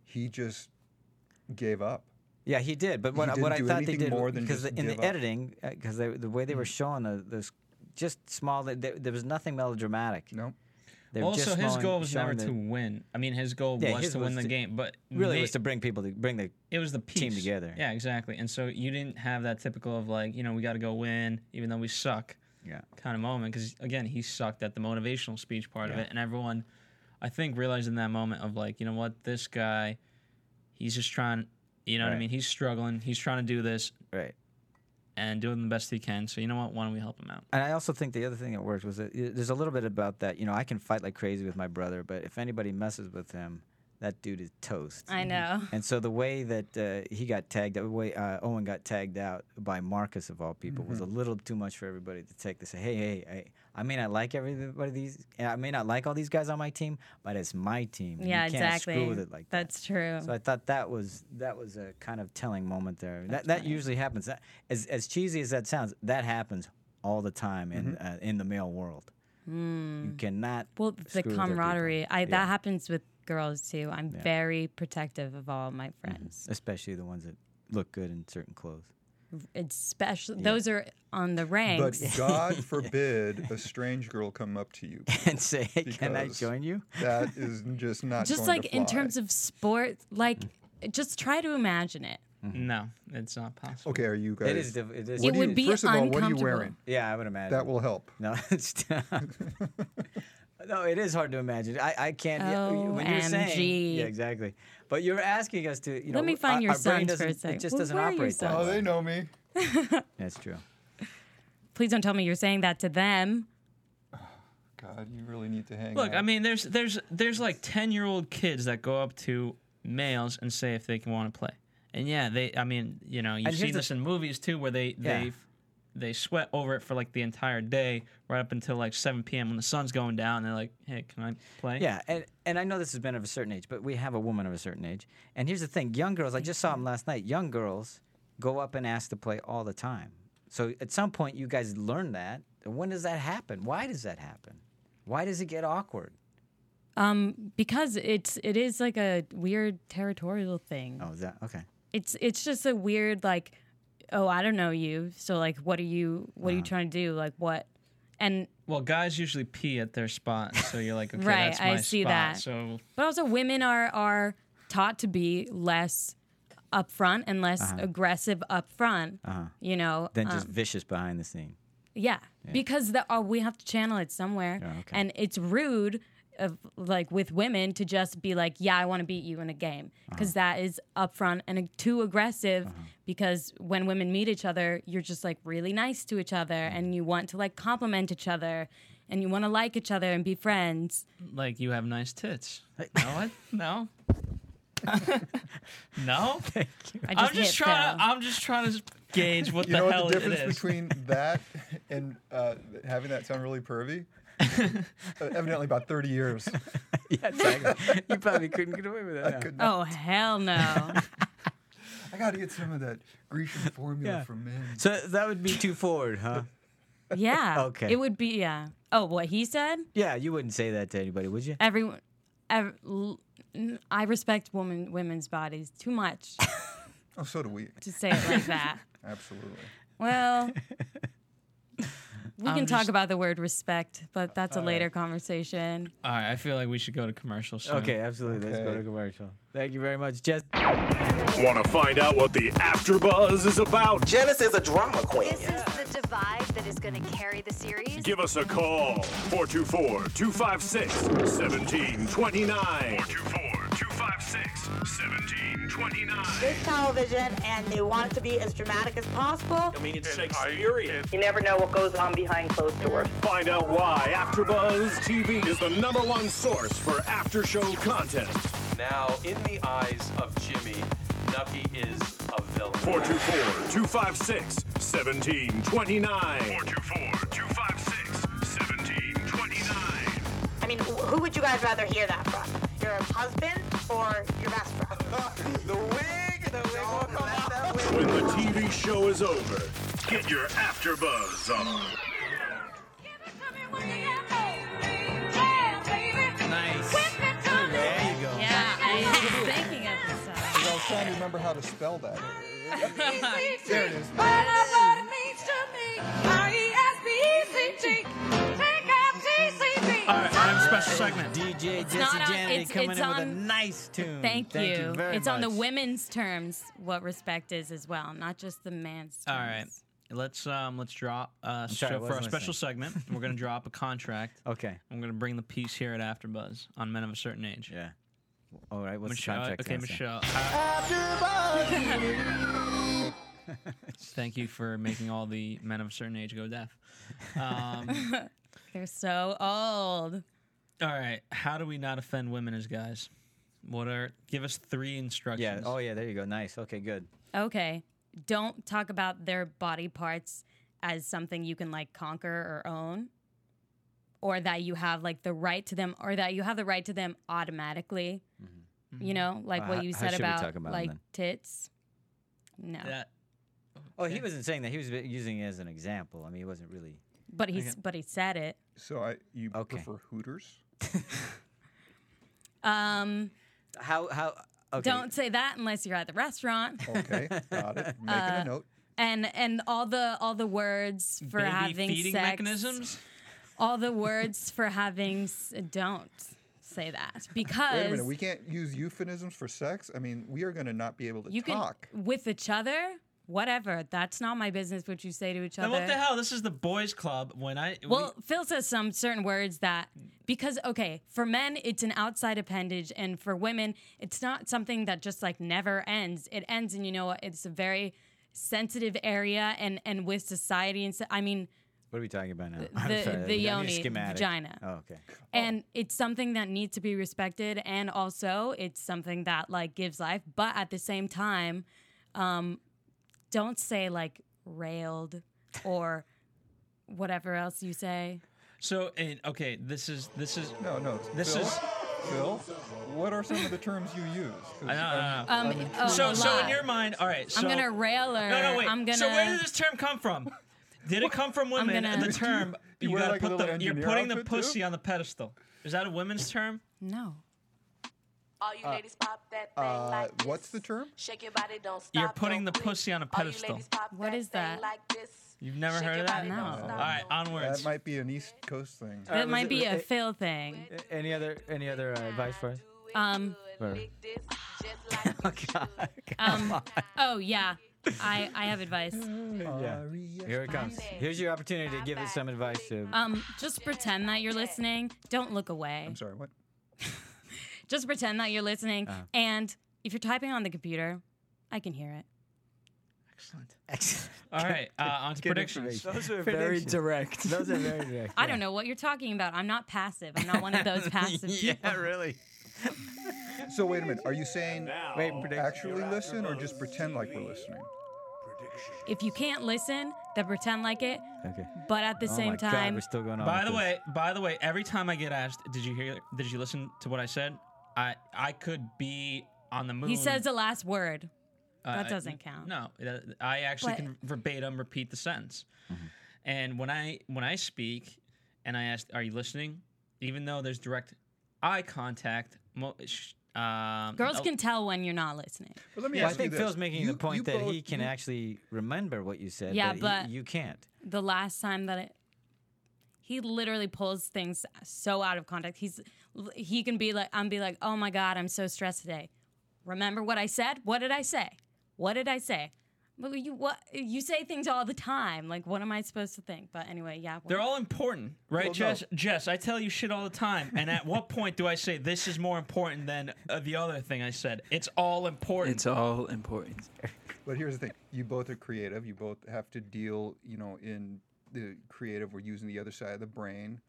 Speaker 6: he just gave up.
Speaker 3: Yeah, he did. But what,
Speaker 6: He
Speaker 3: what
Speaker 6: didn't
Speaker 3: I
Speaker 6: do
Speaker 3: thought they
Speaker 6: anything
Speaker 3: did
Speaker 6: more than
Speaker 3: because
Speaker 6: just
Speaker 3: in the
Speaker 6: give up. Hmm.
Speaker 3: editing, because the way they were showing the, those just small, th- there, there was nothing melodramatic.
Speaker 6: No,
Speaker 3: They were
Speaker 5: Also,
Speaker 3: just
Speaker 5: his
Speaker 3: showing-
Speaker 5: goal was never
Speaker 3: showing the-
Speaker 5: to win. I mean, his goal
Speaker 3: Yeah,
Speaker 5: was
Speaker 3: his
Speaker 5: to
Speaker 3: was
Speaker 5: win the
Speaker 3: to-
Speaker 5: game, but
Speaker 3: really
Speaker 5: they-
Speaker 3: was to bring people to bring the.
Speaker 5: it was the piece.
Speaker 3: team together.
Speaker 5: Yeah, exactly. And so you didn't have that typical of like, you know, we got to go win, even though we suck,
Speaker 3: Yeah.
Speaker 5: kind of moment. Because again, he sucked at the motivational speech part of it, and everyone, I think, realized in that moment of like, you know what, this guy, he's just trying. You know what I
Speaker 3: Right.
Speaker 5: mean? He's struggling. He's trying to do this
Speaker 3: Right.
Speaker 5: and doing the best he can. So you know what? Why don't we help him out?
Speaker 3: And I also think the other thing that worked was that y- there's a little bit about that. You know, I can fight like crazy with my brother, but if anybody messes with him, that dude is toast.
Speaker 4: I know.
Speaker 3: And so the way that uh, he got tagged, the way uh, Owen got tagged out by Marcus of all people was a
Speaker 4: Mm-hmm.
Speaker 3: little too much for everybody to take. To say, hey, hey, hey, I may not like everybody these, I may not like all these guys on my team, but it's my team. and
Speaker 4: <laughs> Yeah,
Speaker 3: you can't
Speaker 4: exactly.
Speaker 3: Screw with it like that.
Speaker 4: That's true.
Speaker 3: So I thought that was that was a kind of telling moment there. that that usually happens. That, as as cheesy as that sounds, that happens all the time in uh, in the male world. You cannot.
Speaker 4: Mm-hmm. Mm. well,
Speaker 3: screw
Speaker 4: the
Speaker 3: with other people.
Speaker 4: camaraderie. I
Speaker 3: Yeah.
Speaker 4: that happens with girls too. I'm very protective of all my
Speaker 3: Mm-hmm.
Speaker 4: friends.
Speaker 3: especially the ones that look good in certain clothes.
Speaker 4: It's special. Those are on the
Speaker 3: <laughs>
Speaker 6: But
Speaker 4: ranks.
Speaker 6: God forbid a strange girl come up to you.
Speaker 3: and say, "Hey, <laughs> can I
Speaker 6: Because-
Speaker 3: join you?" <laughs>
Speaker 6: That is just not.
Speaker 4: just
Speaker 6: going
Speaker 4: like
Speaker 6: to
Speaker 4: in
Speaker 6: fly. Mm.
Speaker 4: terms of sports, like just try to imagine it.
Speaker 3: Mm-hmm.
Speaker 5: No, it's not possible.
Speaker 6: Okay, are you guys?
Speaker 3: It is. diff- It is.
Speaker 4: It
Speaker 6: do
Speaker 4: would
Speaker 6: you-
Speaker 4: be
Speaker 6: First of all, what are you
Speaker 4: uncomfortable.
Speaker 6: wearing?
Speaker 3: yeah, I would imagine
Speaker 6: That will help.
Speaker 3: <laughs> No,
Speaker 6: <laughs>
Speaker 3: it's not. no, it is hard to imagine. I, I can't. yeah, when you're saying,
Speaker 4: OMG.
Speaker 3: yeah, exactly. But you're asking us to. You know,
Speaker 4: Let me find
Speaker 3: our-
Speaker 4: your
Speaker 3: our brain
Speaker 4: sons for a
Speaker 3: doesn't-
Speaker 4: sec.
Speaker 3: It just
Speaker 4: Well,
Speaker 3: doesn't
Speaker 4: where are your
Speaker 3: operate that.
Speaker 4: sons?
Speaker 6: Oh,
Speaker 3: way.
Speaker 6: they know me.
Speaker 3: That's true.
Speaker 4: Please don't tell me you're saying that to them.
Speaker 6: God, you really need to hang.
Speaker 5: Look, I
Speaker 6: out.
Speaker 5: mean, there's there's there's like ten year old kids that go up to males and say if they can want to play. And yeah, they. I mean, you know,
Speaker 3: And
Speaker 5: you've
Speaker 3: here's
Speaker 5: seen
Speaker 3: the-
Speaker 5: this in movies too, where they
Speaker 3: Yeah.
Speaker 5: they they sweat over it for like the entire day, right up until like seven p.m. when the sun's going down. And they're like, hey, can I play?
Speaker 3: Yeah, and, and I know this has been of a certain age, but we have a woman of a certain age. And here's the thing young girls, I just saw them last night, young girls go up and ask to play all the time. So at some point, you guys learn that. When does that happen? Why does that happen? Why does it get awkward?
Speaker 4: because it's it is like a weird territorial thing.
Speaker 3: Oh, is that okay?
Speaker 4: It's it's just a weird like oh I don't know you so like what are you what are you trying to do like what and
Speaker 5: Well, guys usually pee at their spot, so you're like, okay,
Speaker 4: Right,
Speaker 5: that's my
Speaker 4: I see
Speaker 5: spot.
Speaker 4: that.
Speaker 5: So
Speaker 4: but also women are are taught to be less upfront and less
Speaker 6: Uh-huh.
Speaker 4: aggressive upfront. You know
Speaker 3: Then
Speaker 4: um,
Speaker 3: just vicious behind the scene.
Speaker 4: Yeah, because the, oh, we have to channel it somewhere,
Speaker 3: Yeah, okay.
Speaker 4: and it's rude of like with women to just be like, "Yeah, I want to beat you in a game,"
Speaker 3: Uh-huh.
Speaker 4: because is upfront and uh, too aggressive. Because when women meet each other, you're just like really nice to each other, and you want to like compliment each other, and you want to like each other and be friends.
Speaker 5: like you have nice tits. no, what? No.
Speaker 3: <laughs>
Speaker 5: no.
Speaker 4: I just
Speaker 5: I'm just
Speaker 4: hit
Speaker 5: trying.
Speaker 4: Phil.
Speaker 5: To, I'm just trying to gauge what
Speaker 6: you
Speaker 5: the
Speaker 6: know
Speaker 5: hell
Speaker 6: what the
Speaker 5: it
Speaker 6: difference
Speaker 5: is.
Speaker 6: between
Speaker 5: <laughs>
Speaker 6: that and uh, having that sound really pervy? Uh, Evidently, about thirty years.
Speaker 3: <laughs> Yeah, exactly. you probably couldn't get away with <laughs> that. now.
Speaker 6: Could
Speaker 4: oh
Speaker 6: not-
Speaker 4: hell
Speaker 3: <laughs>
Speaker 4: no!
Speaker 6: I got to get some of that Grecian formula
Speaker 3: Yeah.
Speaker 6: for men.
Speaker 3: So that would be too forward, <laughs> huh?
Speaker 4: yeah,
Speaker 3: Okay.
Speaker 4: It would be yeah. Oh, what he said?
Speaker 3: yeah, you wouldn't say that to anybody, would you?
Speaker 4: everyone ev- l- n- I respect women women's bodies too much
Speaker 6: Oh, so do we.
Speaker 4: to say it like that.
Speaker 6: Absolutely.
Speaker 4: Well, we can
Speaker 5: I'm
Speaker 4: talk
Speaker 5: just-
Speaker 4: about the word respect, but that's a later conversation.
Speaker 5: <laughs> All right, I feel like we should go to commercial soon.
Speaker 3: Okay, absolutely. Let's go
Speaker 6: Okay.
Speaker 3: to commercial. Thank you very much, Jess.
Speaker 2: Want to find out what the after buzz is about?
Speaker 7: Janice is a drama queen.
Speaker 8: This is the divide that is going to carry the series.
Speaker 2: Give us a call 424 256 1729. 424 256 1729.
Speaker 9: It's television, and they want it to be as dramatic as possible.
Speaker 2: I mean, it's Shakespearean.
Speaker 9: You never know what goes on behind closed doors.
Speaker 2: Find out why AfterBuzz TV is the number one source for after-show content.
Speaker 7: Now, in the eyes of Jimmy, Nucky is a villain.
Speaker 2: 424-256-1729. 424-256-1729.
Speaker 9: I mean, wh- who would you guys rather hear that from? Your husband or your best friend?
Speaker 7: <laughs> The wig! The wig will come out.
Speaker 2: When the TV show is over, get your AfterBuzz on.
Speaker 5: Nice.
Speaker 3: There you go.
Speaker 4: Yeah, I was thinking of this. uh,
Speaker 6: 'Cause I was trying to remember how to spell that. There it is.
Speaker 5: All right, I have a special segment.
Speaker 3: DJ Jesse
Speaker 4: not on-
Speaker 3: Janity
Speaker 4: it's-
Speaker 3: coming
Speaker 4: it's
Speaker 3: in with a
Speaker 4: on-
Speaker 3: nice tune.
Speaker 4: Thank, you.
Speaker 3: very
Speaker 4: it's on the
Speaker 3: much.
Speaker 4: women's terms what respect is as well, not just the man's. Terms.
Speaker 5: All right, let's um let's drop uh
Speaker 3: sorry,
Speaker 5: so
Speaker 3: what
Speaker 5: for our
Speaker 3: was I
Speaker 5: special segment.
Speaker 3: <laughs>
Speaker 5: We're gonna drop a contract.
Speaker 3: Okay.
Speaker 5: I'm gonna bring the piece here at AfterBuzz on Men of a Certain Age.
Speaker 3: Yeah. All right. What's
Speaker 5: Michelle,
Speaker 3: the contract?
Speaker 5: okay,
Speaker 3: gonna say?
Speaker 5: Michelle. <laughs> Thank you for making all the men of a certain age
Speaker 3: <laughs>
Speaker 5: go deaf. Um,
Speaker 4: They're so old.
Speaker 5: all right, how do we not offend women as guys? What are? Give us three
Speaker 3: Yeah.
Speaker 5: instructions.
Speaker 3: Oh, yeah. There you go. Nice. Okay. Good.
Speaker 4: Okay. Don't talk about their body parts as something you can like conquer or own or that you have like the right to them or that you have the right to them automatically. You know, like
Speaker 3: Mm-hmm. Well,
Speaker 4: what
Speaker 3: how-
Speaker 4: you
Speaker 3: how
Speaker 4: said
Speaker 3: should we
Speaker 4: about,
Speaker 3: talk about 'em
Speaker 4: like
Speaker 3: then?
Speaker 4: tits. No.
Speaker 3: Oh, he wasn't saying that. He was using it as an example. I mean, he wasn't really.
Speaker 4: But he's
Speaker 3: Okay.
Speaker 4: but he said it.
Speaker 6: So I you
Speaker 3: Okay.
Speaker 6: prefer Hooters?
Speaker 4: Um
Speaker 3: How how? Okay.
Speaker 4: Don't say that unless you're at the restaurant.
Speaker 6: Okay,
Speaker 5: <laughs>
Speaker 6: got it. Making
Speaker 4: Uh,
Speaker 6: a note.
Speaker 4: And and all the all the words for
Speaker 5: Baby
Speaker 4: having
Speaker 5: feeding
Speaker 4: sex,
Speaker 5: mechanisms.
Speaker 4: all the words for having s- don't say that because
Speaker 6: Wait a minute. We can't use euphemisms for sex. I mean, we are going to not be able to
Speaker 4: you
Speaker 6: talk.
Speaker 4: can with each other whatever that's not my business what you say to each
Speaker 5: Now,
Speaker 4: other
Speaker 5: what the hell? This is the boys' club. When I we-
Speaker 4: well phil says some certain words that because okay for men it's an outside appendage and for women it's not something that just like never ends it ends and you know what it's a very sensitive area and and with society and so, i mean
Speaker 3: What are we talking about now?
Speaker 4: the- the
Speaker 3: I need a
Speaker 4: yoni,
Speaker 3: schematic.
Speaker 4: vagina.
Speaker 3: Oh, okay.
Speaker 4: and it's something that needs to be respected and also it's something that like gives life but at the same time um don't say like railed or whatever else you say
Speaker 5: so and, okay, this is this is
Speaker 6: No, no.
Speaker 5: this
Speaker 6: Phil,
Speaker 5: is.
Speaker 6: Phil. What are some of the terms you use? 'Cause
Speaker 5: I know, I know.
Speaker 6: I'm-
Speaker 4: Um,
Speaker 6: I'm
Speaker 4: it-
Speaker 6: intrigued.
Speaker 5: so
Speaker 4: a
Speaker 5: so in
Speaker 4: lot.
Speaker 5: your mind, all right. So
Speaker 4: i'm gonna rail her
Speaker 5: No, no, wait.
Speaker 4: i'm gonna
Speaker 5: So where did this term come
Speaker 4: <laughs>
Speaker 5: from? Did it come from women?
Speaker 4: gonna-
Speaker 5: The term
Speaker 6: <laughs> You
Speaker 5: you,
Speaker 6: wear
Speaker 5: gotta
Speaker 6: like a
Speaker 5: put
Speaker 6: little
Speaker 5: the you're
Speaker 6: engineer
Speaker 5: putting the
Speaker 6: outfit, too?
Speaker 5: pussy on the pedestal. Is that a women's term?
Speaker 4: no
Speaker 10: All you ladies pop that thing
Speaker 6: Uh,
Speaker 10: like this.
Speaker 6: what's the term?
Speaker 10: Shake your body, don't stop.
Speaker 5: You're putting the
Speaker 10: don't quit.
Speaker 5: pussy on a
Speaker 10: All you
Speaker 5: pedestal.
Speaker 10: ladies pop
Speaker 4: What
Speaker 10: that
Speaker 4: is
Speaker 10: thing
Speaker 4: that?
Speaker 10: like this.
Speaker 5: You've never
Speaker 10: Shake
Speaker 5: heard
Speaker 10: your
Speaker 5: of that?
Speaker 10: body, don't
Speaker 5: All
Speaker 10: stop,
Speaker 5: right, onwards.
Speaker 6: That might be an East Coast thing.
Speaker 3: Uh,
Speaker 4: that might be a phil thing
Speaker 3: A- Any other any other uh, advice for
Speaker 4: <laughs>
Speaker 3: us?
Speaker 4: um
Speaker 3: Or-
Speaker 10: this just like
Speaker 3: <laughs> Oh, God. Come
Speaker 4: um
Speaker 3: on.
Speaker 4: oh yeah i i have advice
Speaker 3: yeah. Here it comes. Here's your opportunity to give us some advice
Speaker 4: <laughs>
Speaker 3: to.
Speaker 4: um just pretend that you're listening don't look away
Speaker 6: I'm sorry. What?
Speaker 4: just pretend that you're listening.
Speaker 5: Uh.
Speaker 3: Uh-huh.
Speaker 4: And if you're typing on the computer, I can hear it.
Speaker 5: Excellent.
Speaker 3: Excellent.
Speaker 5: All right, uh, on to
Speaker 3: Good
Speaker 5: predictions.
Speaker 3: information.
Speaker 11: Those are very
Speaker 3: Predictions.
Speaker 11: direct.
Speaker 3: <laughs> Those are very direct.
Speaker 4: I don't know what you're talking about. I'm not passive. I'm not one of those passive
Speaker 3: <laughs> yeah,
Speaker 4: people.
Speaker 3: really.
Speaker 6: So wait a minute. Are you saying
Speaker 3: Wait, predict-
Speaker 6: actually listen or just pretend like we're listening?
Speaker 4: If you can't listen, then pretend like it.
Speaker 3: Okay.
Speaker 4: But at the
Speaker 3: Oh
Speaker 4: same
Speaker 3: my God,
Speaker 4: time,
Speaker 3: we're still going on.
Speaker 5: By
Speaker 3: with this.
Speaker 5: the way, by the way, every time I get asked, "Did you hear? Did you listen to what I said?" I I could be on the moon.
Speaker 4: he says the last word.
Speaker 5: Uh,
Speaker 4: that
Speaker 5: I-
Speaker 4: doesn't count.
Speaker 5: No, that- I actually
Speaker 4: But-
Speaker 5: can verbatim repeat the sentence. And when I when I speak, and I ask, "Are you listening?" Even though there's direct eye contact, mo- sh- um,
Speaker 4: Girls
Speaker 5: oh,
Speaker 4: can tell when you're not listening.
Speaker 6: Well, let me
Speaker 3: Well, I
Speaker 6: ask you
Speaker 3: think
Speaker 6: this.
Speaker 3: Phil's making
Speaker 6: You-
Speaker 3: the point
Speaker 6: you
Speaker 3: that
Speaker 6: both-
Speaker 3: he can actually remember what you said.
Speaker 4: Yeah,
Speaker 3: but, he-
Speaker 4: but-
Speaker 3: you can't.
Speaker 4: The last time that it, he literally pulls things so out of context. He's he can be like, I'm be like, oh my god, I'm so stressed today. Remember what I said? What did I say? What did I say? But you what you say things all the time. Like what am I supposed to think? But anyway, yeah.
Speaker 5: They're all important, right,
Speaker 6: Well, no.
Speaker 5: Jess? Jess, I tell you shit all the time. And at what point do I say this is more important than uh, the other thing I said? It's all important.
Speaker 11: It's all important.
Speaker 6: But here's the thing: you both are creative. You both have to deal, you know, in the creative. We're using the other side of the brain.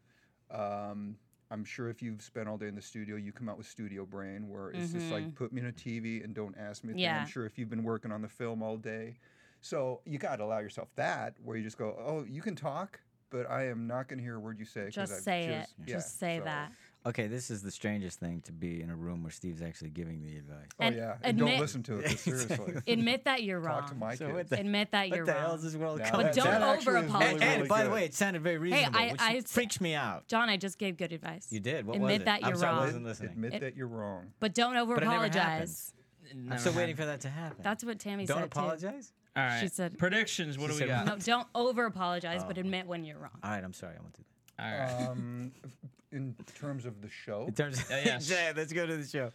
Speaker 6: Um, I'm sure if you've spent all day in the studio, you come out with studio brain, where it's just like put me in a TV and don't ask me. a thing."
Speaker 4: Mm-hmm. Yeah.
Speaker 6: I'm sure if you've been working on the film all day, so you got to allow yourself that, where you just go, "Oh, you can talk, but I am not going to hear a word you say." 'cause
Speaker 4: Just
Speaker 6: I've
Speaker 4: say it.
Speaker 6: yeah,
Speaker 4: Just say
Speaker 6: so-
Speaker 4: that.
Speaker 3: Okay, this is the strangest thing to be in a room where Steve's actually giving the advice.
Speaker 6: Oh
Speaker 4: And
Speaker 6: yeah, and don't
Speaker 4: admit-
Speaker 6: listen
Speaker 3: <laughs>
Speaker 6: to it. 'cause Seriously,
Speaker 4: Admit that you're wrong.
Speaker 6: talk to my
Speaker 3: So
Speaker 6: kid.
Speaker 3: what the,
Speaker 4: Admit
Speaker 3: <laughs>
Speaker 4: that
Speaker 3: what
Speaker 4: you're
Speaker 3: the
Speaker 4: wrong.
Speaker 3: hell is this world <laughs>
Speaker 6: Now
Speaker 3: coming
Speaker 4: But
Speaker 6: that-
Speaker 3: to?
Speaker 4: don't
Speaker 6: that actually is
Speaker 4: over-apologize.
Speaker 3: And, and
Speaker 6: really
Speaker 3: by the
Speaker 6: good.
Speaker 3: way, it sounded very reasonable,
Speaker 4: I-
Speaker 3: which
Speaker 4: I-
Speaker 3: freaked me out.
Speaker 4: John, I just gave good advice.
Speaker 3: You did. What was
Speaker 4: Admit
Speaker 3: it?
Speaker 4: that
Speaker 3: I'm
Speaker 4: you're
Speaker 3: sorry, I
Speaker 4: wrong.
Speaker 3: wasn't listening.
Speaker 6: Admit
Speaker 4: It-
Speaker 6: that you're wrong.
Speaker 4: But don't over
Speaker 3: But it never
Speaker 4: apologize.
Speaker 3: I'm
Speaker 5: Never
Speaker 3: still
Speaker 5: mind.
Speaker 3: waiting for that to happen.
Speaker 4: That's what Tammy
Speaker 3: Don't
Speaker 4: said.
Speaker 3: apologize.
Speaker 5: All right.
Speaker 4: She said-
Speaker 5: predictions. What
Speaker 3: She
Speaker 5: do we
Speaker 3: said-
Speaker 5: got?
Speaker 4: Too. No, don't over apologize,
Speaker 3: Oh.
Speaker 4: but admit when you're wrong.
Speaker 3: All right, I'm sorry. I won't do that.
Speaker 5: All right.
Speaker 4: Uh.
Speaker 6: um, <laughs> f- in terms of the show,
Speaker 3: In terms of,
Speaker 5: Uh,
Speaker 3: <laughs>
Speaker 5: yes.
Speaker 3: yeah, let's go to the show.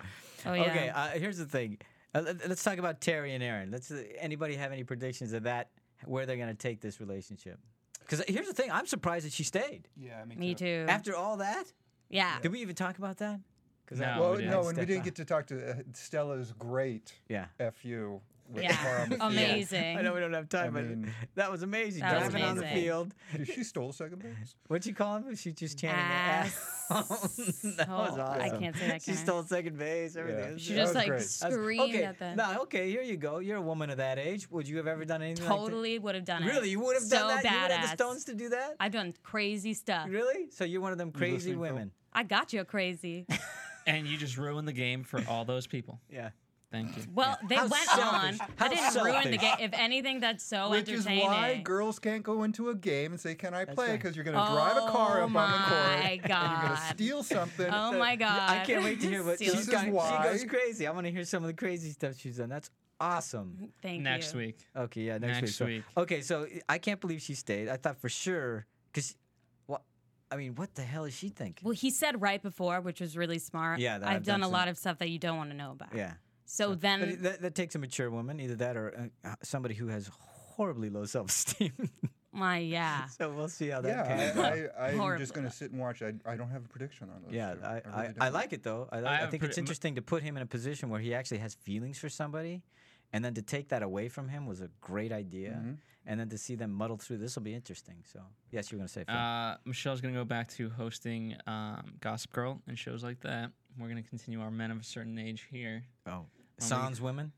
Speaker 4: Oh, yeah.
Speaker 3: Okay, uh, here's the thing. Uh, let- let's talk about Terry and Aaron. Let's. Uh, anybody have any predictions of that? Where they're going to take this relationship? Because here's the thing. I'm surprised that she stayed
Speaker 6: yeah, I mean,
Speaker 4: Me too.
Speaker 3: after all that.
Speaker 4: yeah.
Speaker 3: Did we even talk about that? Because
Speaker 5: No,
Speaker 6: Well,
Speaker 5: we didn't.
Speaker 6: no, and we
Speaker 3: Step
Speaker 6: didn't
Speaker 3: back.
Speaker 6: get to talk to uh, Stella's great
Speaker 3: Oh, Yeah.
Speaker 6: fu with
Speaker 4: Yeah.
Speaker 6: Far on the
Speaker 4: <laughs>
Speaker 6: Field.
Speaker 4: Amazing.
Speaker 3: I know we don't have time, but that was amazing.
Speaker 4: That was
Speaker 3: Driving on the
Speaker 4: amazing.
Speaker 3: field.
Speaker 6: Dude, she stole second base.
Speaker 3: What'd you call him? She just chanted ass. <laughs> that was awesome.
Speaker 4: Oh, I can't say that,
Speaker 3: She
Speaker 4: can I?
Speaker 3: stole second base. Everything.
Speaker 4: Yeah.
Speaker 3: It was-
Speaker 4: She
Speaker 3: it
Speaker 4: just,
Speaker 3: was
Speaker 4: like,
Speaker 3: great. That's-
Speaker 4: screamed
Speaker 3: okay,
Speaker 4: at them.
Speaker 3: No, okay. Here you go. You're a woman of that age. Would you have ever done anything? like that?
Speaker 4: Totally would have done it.
Speaker 3: Really? You would have done
Speaker 4: so
Speaker 3: that? You would have the
Speaker 4: badass.
Speaker 3: stones to do that?
Speaker 4: I've done crazy stuff.
Speaker 3: Really? So you're one of them crazy women.
Speaker 4: I got
Speaker 3: <laughs>
Speaker 4: you crazy.
Speaker 5: And you just ruined the game for all those people.
Speaker 3: Yeah.
Speaker 5: Thank you.
Speaker 4: Well, they
Speaker 3: How
Speaker 4: went
Speaker 3: selfish.
Speaker 4: on.
Speaker 3: How
Speaker 4: I didn't ruin the
Speaker 3: selfish.
Speaker 4: game. If anything,
Speaker 3: <laughs>
Speaker 4: that's so
Speaker 6: Which is
Speaker 4: entertaining.
Speaker 6: why girls can't go into a game and say, "Can I play?"
Speaker 4: right.
Speaker 6: Because you're going to drive a car up
Speaker 4: Oh
Speaker 6: on the court,
Speaker 4: my
Speaker 6: and you're going
Speaker 4: God.
Speaker 6: to steal something.
Speaker 4: Oh my god!
Speaker 3: I can't wait to
Speaker 4: <laughs>
Speaker 3: hear what
Speaker 4: Steal
Speaker 3: she's
Speaker 6: This is
Speaker 3: got. She
Speaker 6: why-
Speaker 3: goes crazy. I want to hear some of the crazy stuff she's done. That's awesome.
Speaker 4: Thank
Speaker 5: Next
Speaker 4: you.
Speaker 5: week.
Speaker 3: Okay, yeah, next,
Speaker 5: Next
Speaker 3: week.
Speaker 5: week.
Speaker 3: So, okay, so I can't believe she stayed. I thought for sure because, what? I mean, what the hell is she thinking?
Speaker 4: Well, he said right before, which was really smart.
Speaker 3: Yeah, that
Speaker 4: I've,
Speaker 3: I've
Speaker 4: done,
Speaker 3: done
Speaker 4: a
Speaker 3: some-
Speaker 4: lot of stuff that you don't want to know about.
Speaker 3: Yeah.
Speaker 4: So
Speaker 3: But
Speaker 4: then,
Speaker 3: it- that, that takes a mature woman, either that or uh, somebody who has horribly low self-esteem. <laughs>
Speaker 4: my yeah.
Speaker 3: so we'll see how that
Speaker 6: Yeah,
Speaker 3: pans out.
Speaker 6: I, I, I'm
Speaker 4: Horrible.
Speaker 6: just going to sit and watch. I, I don't have a prediction on those.
Speaker 3: Yeah,
Speaker 6: two.
Speaker 3: I,
Speaker 6: really
Speaker 3: I,
Speaker 6: don't.
Speaker 3: I like it though. I, like, I
Speaker 5: have
Speaker 3: think
Speaker 5: pretty
Speaker 3: it's
Speaker 5: mu-
Speaker 3: interesting to put him in a position where he actually has feelings for somebody, and then to take that away from him was a great idea.
Speaker 5: Mm-hmm.
Speaker 3: And then to see them muddle through this will be interesting. So yes, you were gonna say. Phil.
Speaker 5: Uh, Michelle's gonna go back to hosting um, Gossip Girl and shows like that. We're gonna continue our men of a certain age here.
Speaker 3: oh, sans women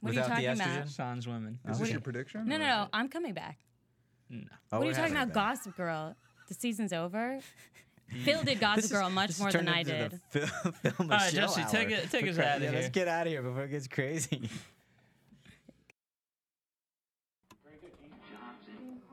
Speaker 4: What are you
Speaker 3: without the
Speaker 4: talking about?
Speaker 3: estrogen.
Speaker 5: Sans women.
Speaker 6: Is this
Speaker 4: Okay.
Speaker 6: your prediction?
Speaker 4: No,
Speaker 6: or-
Speaker 4: no, no. I'm coming back.
Speaker 5: No.
Speaker 3: Oh,
Speaker 4: what are
Speaker 3: we're
Speaker 4: you talking
Speaker 3: having
Speaker 4: about?
Speaker 3: that.
Speaker 4: Gossip Girl. The
Speaker 3: <laughs>
Speaker 4: season's over. Phil did Gossip
Speaker 3: This is-
Speaker 4: Girl
Speaker 3: this
Speaker 4: much
Speaker 3: is
Speaker 4: more than
Speaker 3: turning
Speaker 4: I
Speaker 3: into
Speaker 4: did.
Speaker 3: the <laughs> Phil, Phil Michelle
Speaker 5: right, Jesse,
Speaker 3: hour.
Speaker 5: take it- take
Speaker 3: For
Speaker 5: us
Speaker 3: crying-
Speaker 5: outta
Speaker 3: yeah, Let's
Speaker 5: here.
Speaker 3: get out of here before it gets crazy. <laughs>